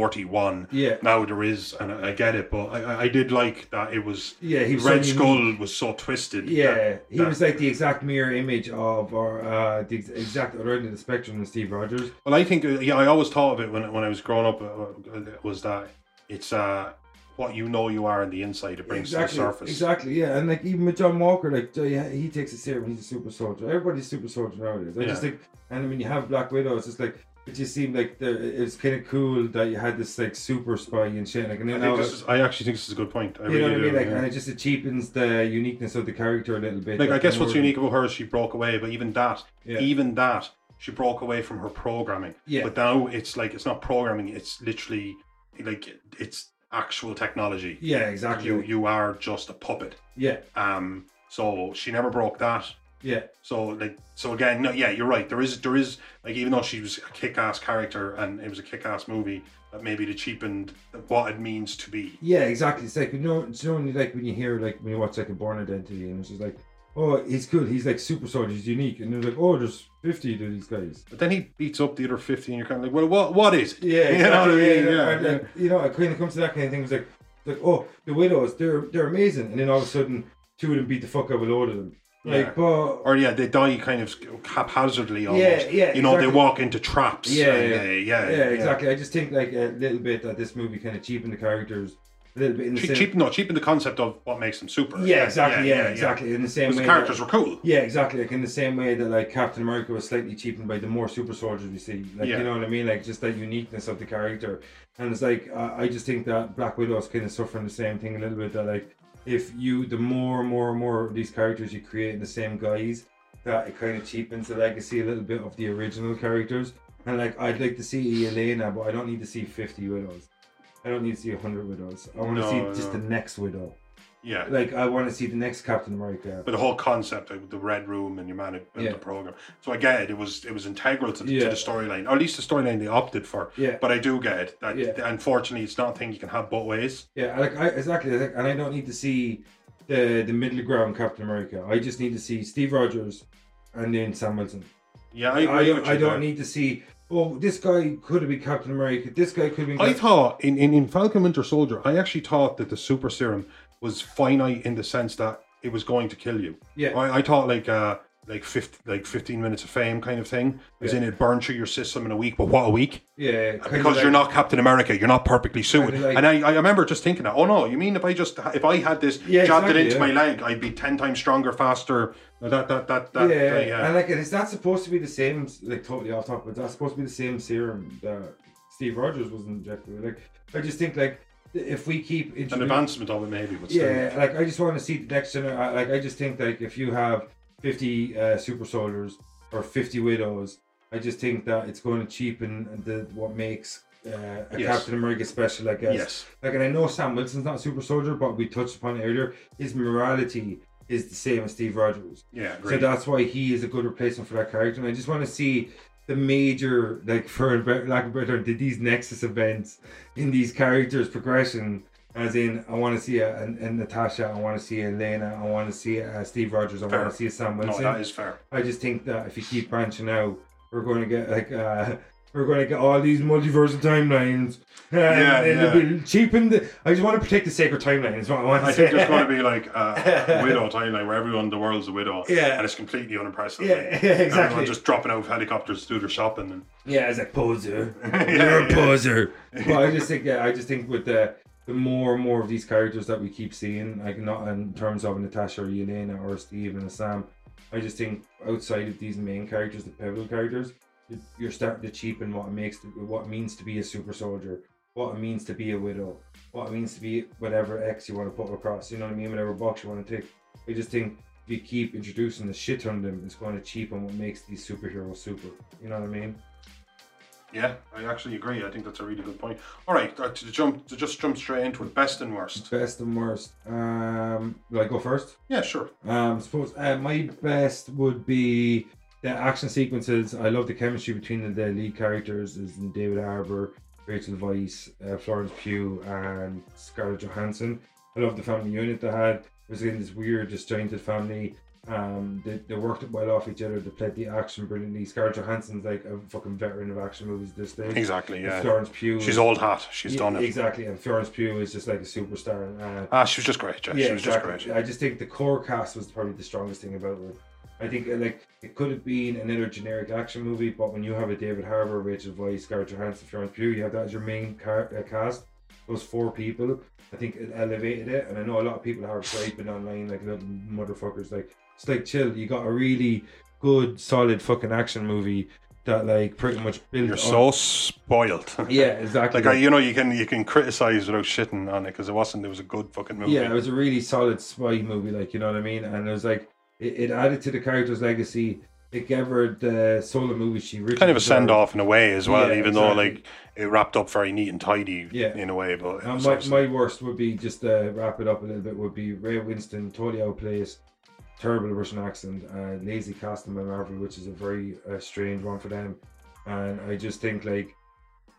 G: 41.
F: Yeah.
G: Now there is, and I, I get it, but I- I, I did like that it was.
F: Yeah, he was
G: Red
F: so
G: Skull
F: unique.
G: was so twisted.
F: Yeah,
G: that-
F: he
G: that-
F: was like the exact mirror image of, or uh, the ex- exact other end of the spectrum of Steve Rogers.
G: Well, I think uh, yeah, I always thought of it when when I was growing up uh, uh, was that it's uh what you know you are on the inside it brings
F: exactly,
G: to the surface.
F: Exactly, yeah. And like even with John Walker, like J- yeah, he takes it serious. He's a super soldier. Everybody's super soldier nowadays. I just
G: Yeah.
F: think, and when you have Black Widow, it's just like it just seemed like there, it was kind of cool that you had this like super spy and shit. Like, and
G: I,
F: then now,
G: think this is, I actually think this is a good point. I
F: you know
G: really
F: what I mean?
G: do,
F: Like,
G: yeah.
F: and it just it cheapens the uniqueness of the character a little bit.
G: Like, I guess what's
F: more-
G: unique about her is she broke away, but even that,
F: Yeah.
G: even that, she broke away from her programming.
F: Yeah.
G: But now it's like it's not programming; it's literally like it's actual technology.
F: Yeah, exactly.
G: You you are just a puppet.
F: yeah,
G: Um. So she never broke that.
F: yeah,
G: So like so again, no, yeah, you're right. There is there is like even though she was a kick-ass character and it was a kick-ass movie, that maybe they cheapened what it means to be.
F: yeah, exactly. It's like you know, it's only like when you hear like when you watch like a Born Identity, and it's just like, oh, he's good. He's like super soldier. He's unique, and they're like, oh, there's fifty of these guys.
G: But then he beats up the other fifty, and you're kind of like, well, what what is it?
F: Yeah,
G: you know what I
F: exactly,
G: mean.
F: yeah,
G: Yeah,
F: and, like, you know, it kind of comes to that kind of thing. It's like, like, oh, the widows, they're they're amazing, and then all of a sudden, two of them beat the fuck out of a load of them. Like,
G: Yeah.
F: but
G: Or yeah, they die kind of haphazardly almost.
F: yeah,
G: You know, they
F: exactly.
G: walk into traps.
F: yeah,
G: and,
F: yeah,
G: uh,
F: yeah, exactly. I just think like a little bit that this movie kind of cheapened the characters a little bit in the
G: Cheap,
F: same.
G: cheap, no, cheapen the concept of what makes them super.
F: yeah, exactly. Yeah, exactly. In the same
G: Because
F: way,
G: the
F: that-
G: characters were cool.
F: Yeah, exactly. Like in the same way that like Captain America was slightly cheapened by the more super soldiers we see. Like
G: Yeah.
F: you know what I mean? Like just that uniqueness of the character. And it's like I I just think that Black Widow's kind of suffering the same thing a little bit. That like if you the more and more and more of these characters you create in the same guise, that it kind of cheapens the legacy a little bit of the original characters. And like I'd like to see Elena, but I don't need to see fifty widows. I don't need to see hundred widows. I want to
G: No,
F: see just
G: no.
F: the next widow.
G: Yeah.
F: Like I want to see the next Captain America.
G: but the whole concept of the red room and your man who built
F: Yeah.
G: the program. So I get it. It was it was integral to the, to
F: Yeah.
G: the storyline, or at least the storyline they opted for.
F: Yeah.
G: But I do get it. That
F: Yeah.
G: unfortunately, it's not a thing you can have both ways.
F: Yeah, like I, exactly, like, and I don't need to see the the middle ground Captain America. I just need to see Steve Rogers and then Sam Wilson.
G: Yeah, I
F: I
G: agree
F: don't,
G: with you
F: I
G: there.
F: don't need to see. Oh, this guy could have been Captain America. This guy could have been.
G: I
F: Cap-"
G: thought in, in, in Falcon Winter Soldier, I actually thought that the super serum was finite in the sense that it was going to kill you.
F: Yeah.
G: I, I thought like uh like 50, like fifteen minutes of fame kind of thing. As in it burned through your system in a week, but what a week.
F: yeah, kinda
G: because you're
F: like-
G: not Captain America, you're not perfectly suited.
F: Kinda like-
G: and I, I remember just thinking that, oh no, you mean if I just if I had this
F: Yeah,
G: jabbed
F: exactly,
G: it into
F: yeah.
G: my leg, I'd be ten times stronger, faster. That that that that.
F: yeah,
G: that, yeah.
F: and like, is that supposed to be the same? Like, totally off topic, but that's supposed to be the same serum that Steve Rogers was injected. with? Like, I just think like if we keep
G: an
F: introducing-
G: advancement of it maybe, but still.
F: Yeah, like I just want to see the next gener I- Like I just think like if you have fifty uh, super soldiers or fifty widows, I just think that it's going to cheapen the what makes uh, a
G: Yes.
F: Captain America special. I guess.
G: Yes.
F: Like, and I know Sam Wilson's not a super soldier, but we touched upon it earlier. His morality is the same as Steve Rogers.
G: Yeah,
F: So
G: great.
F: that's why he is a good replacement for that character. And I just want to see the major, like, for be- lack of a better term, did these Nexus events in these characters' progression. As in, I want to see a, an an Natasha, I want to see a Lena, I want to see a Steve Rogers, I
G: Fair.
F: want to see a Sam
G: no,
F: Wilson.
G: that is fair.
F: I just think that if you keep branching out, we're going to get like uh, we're going to get all these multiversal timelines. And
G: Yeah,
F: it'll
G: yeah.
F: be cheapened. I just want to protect the sacred timeline. Is what I want to
G: I
F: say.
G: think there's going to be like a, a widow timeline where everyone in the world's a widow,
F: Yeah.
G: and it's completely unimpressive.
F: Yeah,
G: like,
F: yeah,
G: Everyone
F: exactly.
G: just dropping out of helicopters to do their shopping. And,
F: Yeah, it's like poser.
G: Yeah,
F: You're a
G: yeah.
F: poser. well, I just think yeah, I just think with the the more and more of these characters that we keep seeing, like not in terms of Natasha or Yelena or Steve and Sam, I just think outside of these main characters, the pivotal characters, you- you're starting to cheapen what it makes what it means to be a super soldier, what it means to be a widow, what it means to be whatever X you want to put across. You know what I mean? Whatever box you want to tick. I just think. If you keep introducing the shit on them, it's going to cheapen what makes these superheroes super. You know what I mean?
G: yeah, I actually agree. I think that's a really good point. All right, uh, to jump to just jump straight into it, best and worst.
F: Best and worst. Um, will I go first?
G: Yeah, sure.
F: Um, suppose uh, my best would be the action sequences. I love the chemistry between the, the lead characters, is in David Harbour, Rachel Weisz, uh, Florence Pugh, and Scarlett Johansson. I love the family unit they had. It was in this weird, disjointed family. Um, they, they worked it well off each other. They played the action brilliantly. Scarlett Johansson's like a fucking veteran of action movies at this stage.
G: Exactly,
F: And
G: yeah.
F: Florence Pugh.
G: She's
F: is-
G: old hat. She's
F: Yeah,
G: done it.
F: Exactly, and Florence Pugh is just like a superstar. And, uh,
G: Ah, she was just great. Yeah, she was just great.
F: I just think the core cast was probably the strongest thing about it. I think uh, like it could have been another generic action movie, but when you have a David Harbour, Rachel Weisz, Scarlett Johansson, Florence Pugh, you have that as your main car- uh, cast. Those four people, I think it elevated it. And I know a lot of people are griping online like little motherfuckers. Like it's like chill. You got a really good, solid fucking action movie that like pretty much built.
G: You're
F: on-
G: so spoiled.
F: yeah, exactly.
G: Like I, you know, you can you can criticize without shitting on it because it wasn't. It was a good fucking movie.
F: Yeah, it was a really solid spy movie, like you know what I mean. And it was like it, it added to the character's legacy. It gave her the solo movie she really
G: kind of a
F: deserved.
G: send off in a way as well,
F: Yeah,
G: even though
F: exactly.
G: like it wrapped up very neat and tidy
F: Yeah.
G: in a way. But it
F: And
G: was
F: my,
G: obviously-
F: my worst would be just to wrap it up a little bit. Would be Ray Winston totally outplays, terrible Russian accent, uh, lazy casting by Marvel, which is a very uh, strange one for them. And I just think like.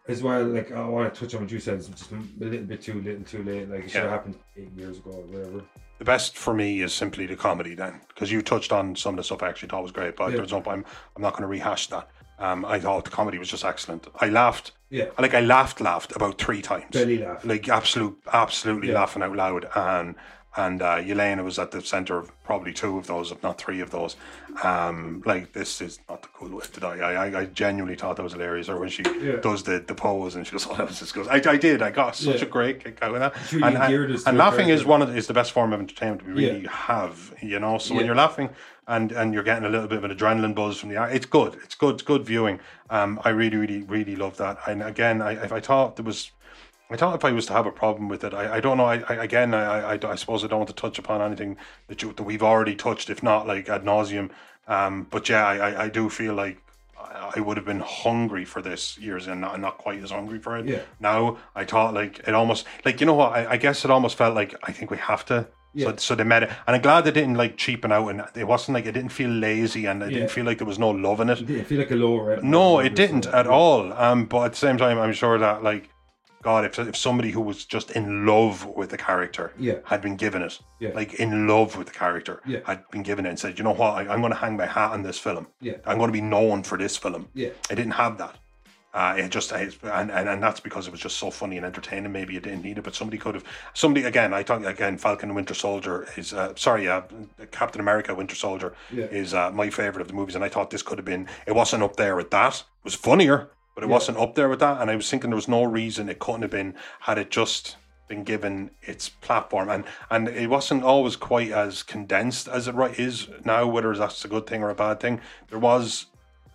F: As well, like I want to touch on what you said. It's just a little bit too little, too late. Like it should have
G: Yeah.
F: happened eight years ago, or whatever.
G: the best for me is simply the comedy then because you touched on some of the stuff I actually thought was great, but
F: Yeah.
G: there's no I'm I'm not going to rehash that. Um, I thought the comedy was just excellent. I laughed,
F: Yeah.
G: like I laughed, laughed about three times.
F: Belly laugh.
G: like absolute, absolutely
F: Yeah.
G: laughing out loud. And and uh, Yelena was at the center of probably two of those, if not three of those. Um, like this is not the cool way to die. I, I, I genuinely thought that was hilarious. Or when she
F: Yeah.
G: does the, the pose and she goes, "Oh, that was disgusting." I, I did. I got such
F: Yeah.
G: a great kick out of that.
F: really
G: and and-
F: endeared us to
G: and
F: her
G: laughing is
F: character.
G: one of the, is the best form of entertainment we
F: Yeah.
G: really have. You know, so when
F: Yeah.
G: you're laughing and and you're getting a little bit of an adrenaline buzz from the act, it's good. It's good. It's good viewing. Um, I really, really, really love that. And again, I if I thought there was. I thought if I was to have a problem with it, I, I don't know. I, I again, I, I, I suppose I don't want to touch upon anything that you, that we've already touched, if not like ad nauseum. Um, but yeah, I, I, I do feel like I I would have been hungry for this years and not, not quite as hungry for it.
F: Yeah.
G: Now I thought like it almost like you know what I, I guess it almost felt like I think we have to.
F: Yeah.
G: So, so they met it, and I'm glad they didn't like cheapen out, and it wasn't like it didn't feel lazy, and it
F: Yeah.
G: didn't feel like there was no love in it.
F: I feel like a lower.
G: No, it didn't at all. Um, but at the same time, I'm sure that like, God, if if somebody who was just in love with the character,
F: Yeah.
G: had been given it,
F: Yeah.
G: like in love with the character,
F: Yeah.
G: had been given it and said, you know what, I, I'm going to hang my hat on this film.
F: Yeah.
G: I'm going to be known for this film.
F: Yeah.
G: I didn't have that. Uh, it just it, and, and and that's because it was just so funny and entertaining. Maybe it didn't need it, but somebody could have. Somebody again. I thought again. Falcon and Winter Soldier is uh, sorry. Uh, Captain America Winter Soldier
F: Yeah.
G: is uh, my favorite of the movies, and I thought this could have been. It wasn't up there with that. It was funnier, but it wasn't up there with that. And I was thinking there was no reason it couldn't have been had it just been given its platform and and it wasn't always quite as condensed as it right is now whether that's a good thing or a bad thing there was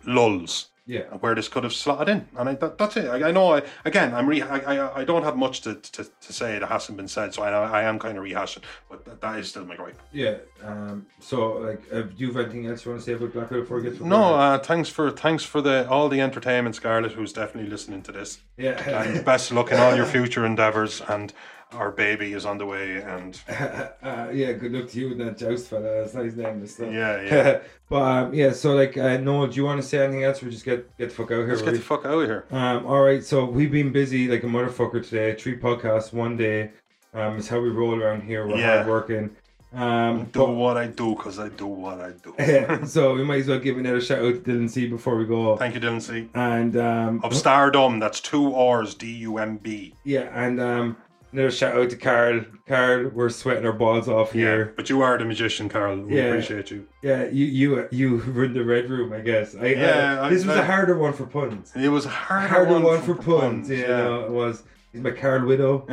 G: lulls
F: Yeah.
G: where this could have slotted in. And I, that, that's it. I, I know. I, again, I'm re. I, I, I don't have much to, to, to say that hasn't been said, so I, I am kind of rehashing. But that, that is still my gripe.
F: Yeah. Um, so, like, uh, do you have anything else you want to say about Black Widow before we get to
G: No, uh, thanks for thanks for the all the entertainment, Scarlett, who's definitely listening to this.
F: yeah.
G: And best of luck in all your future endeavors. And our baby is on the way. And
F: uh, yeah. Good luck to you with that joust fella. That's not his name. Is that?
G: yeah, yeah.
F: but um, yeah. So, like, uh, Noel, do you want to say anything else? We just get get the fuck out here.
G: Let's get
F: will
G: the
F: we?
G: fuck out of here.
F: Um, all right, so we've been busy like a motherfucker today. Three podcasts, one day. Um, it's how we roll around here. We're
G: Yeah.
F: hard working. Um,
G: Do what I do, cause I do what I do.
F: but- so we might as well give another shout out to Dylan C before we go.
G: Thank you, Dylan C.
F: and um,
G: Of Stardom, that's two R's, D U M B.
F: Yeah, and um, another shout out to Carl. Carl, we're sweating our balls off here.
G: But you are the magician, Carl. We
F: Yeah.
G: appreciate you.
F: Yeah, you you you were in the red room, I guess. I,
G: Yeah,
F: I-
G: I-
F: this was a
G: I-
F: harder one for puns.
G: It was a harder,
F: Harder
G: one,
F: one, for, puns. Yeah, you know, it was. He's my Carl widow.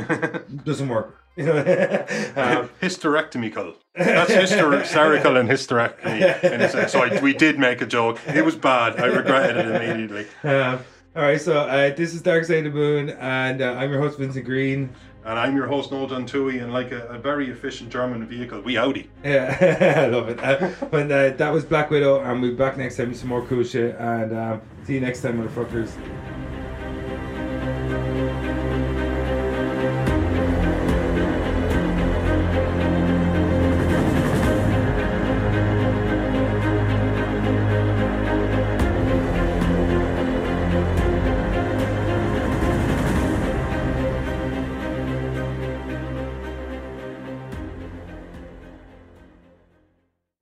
F: Doesn't work. You know. um,
G: Uh, hysterectomical. That's hysterical and hysterectomy. In a sense. So I, we did make a joke. It was bad. I regretted it immediately.
F: um, all right, so uh, this is Dark Side of the Moon, and uh, I'm your host Vincent Green.
G: And I'm your host, Noel Dantui, and like a, a very efficient German vehicle, we Audi.
F: Yeah, I love it. Uh, but uh, that was Black Widow, and we'll be back next time with some more cool shit. And um, see you next time, motherfuckers.